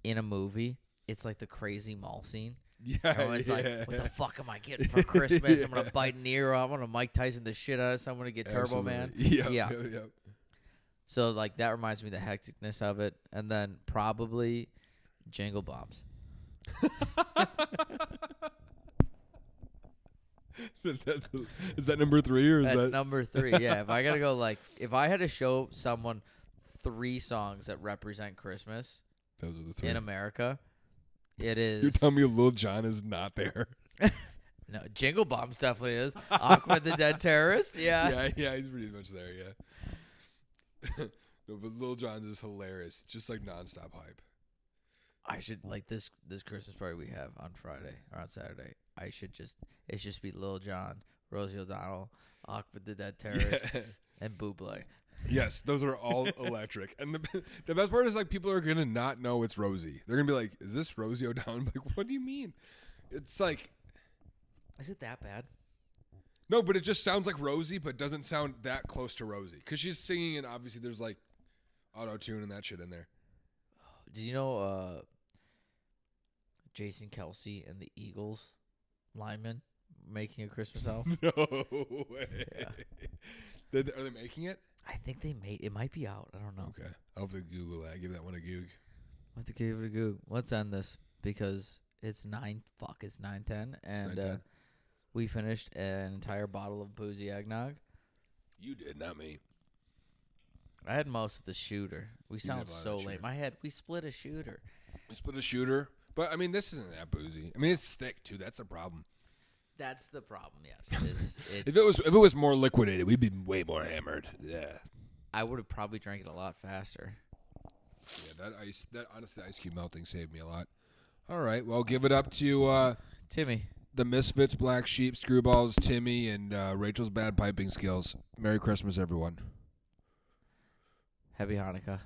in a movie, it's like the crazy mall
(laughs)
scene.
(laughs) yeah.
You know, it's
yeah.
like, what
(laughs)
the fuck am I getting for Christmas? I'm gonna bite Nero. I'm gonna Mike Tyson the shit out of someone to get Turbo Man.
Absolutely. (laughs) Yep,
Yeah.
Yep, yep. (laughs)
So like that reminds me of the hecticness of it, and then probably Jingle Bombs.
That's- is that number three or is
That's
that
number three. Yeah, if I gotta
(laughs)
go, like, if I had to show someone three songs that represent Christmas
those are the three?
in America, it is.
You're telling me Lil John is not there?
no, Jingle Bombs definitely is. Aqua the Dead Terrorist. Yeah.
yeah, yeah, he's pretty much there. Yeah. (laughs) no, but Lil John's is hilarious. Just like nonstop hype.
I should like this this Christmas party we have on Friday or on Saturday. I should just it should just be Lil Jon, Rosie O'Donnell, Aqua the Dead Terrorist, and Buble.
yes, those are all electric. And the (laughs) the best part is like people are gonna not know it's Rosie. They're gonna be like, "Is this Rosie O'Donnell?" (laughs) I'm like, what do you mean? It's like
Is it that bad?
no, but it just sounds like Rosie, but doesn't sound that close to Rosie because she's singing and obviously there's like auto tune and that shit in there. (laughs)
Do you know uh Jason Kelsey and the Eagles lineman making a Christmas
(laughs)
album?
No way. Did- are they making it?
I think they made it might be out. I don't know.
Okay, I'll have to Google that. Give that one a goog.
Let's give it a go. Let's end this because it's nine. Fuck, it's nine ten, and uh,
9:10.
we finished an entire bottle of boozy eggnog.
You did, not me.
I had most of the shooter. We sound
a lot of
so
the
lame.
shooter.
I had we split a shooter.
We split a shooter, but I mean, this isn't that boozy. I mean, it's thick too. That's the problem.
That's the problem.
(laughs)
Yes, it's, it's,
If it was, if it was more liquidated, we'd be way more hammered. Yeah.
I would have probably drank it a lot faster.
Yeah, that ice, that honestly, the ice cube melting saved me a lot. All right, well, give it up to uh,
Timmy,
the Misfits, Black Sheep, Screwballs, Timmy, and uh, Rachel's bad piping skills. Merry Christmas, everyone.
happy Hanukkah.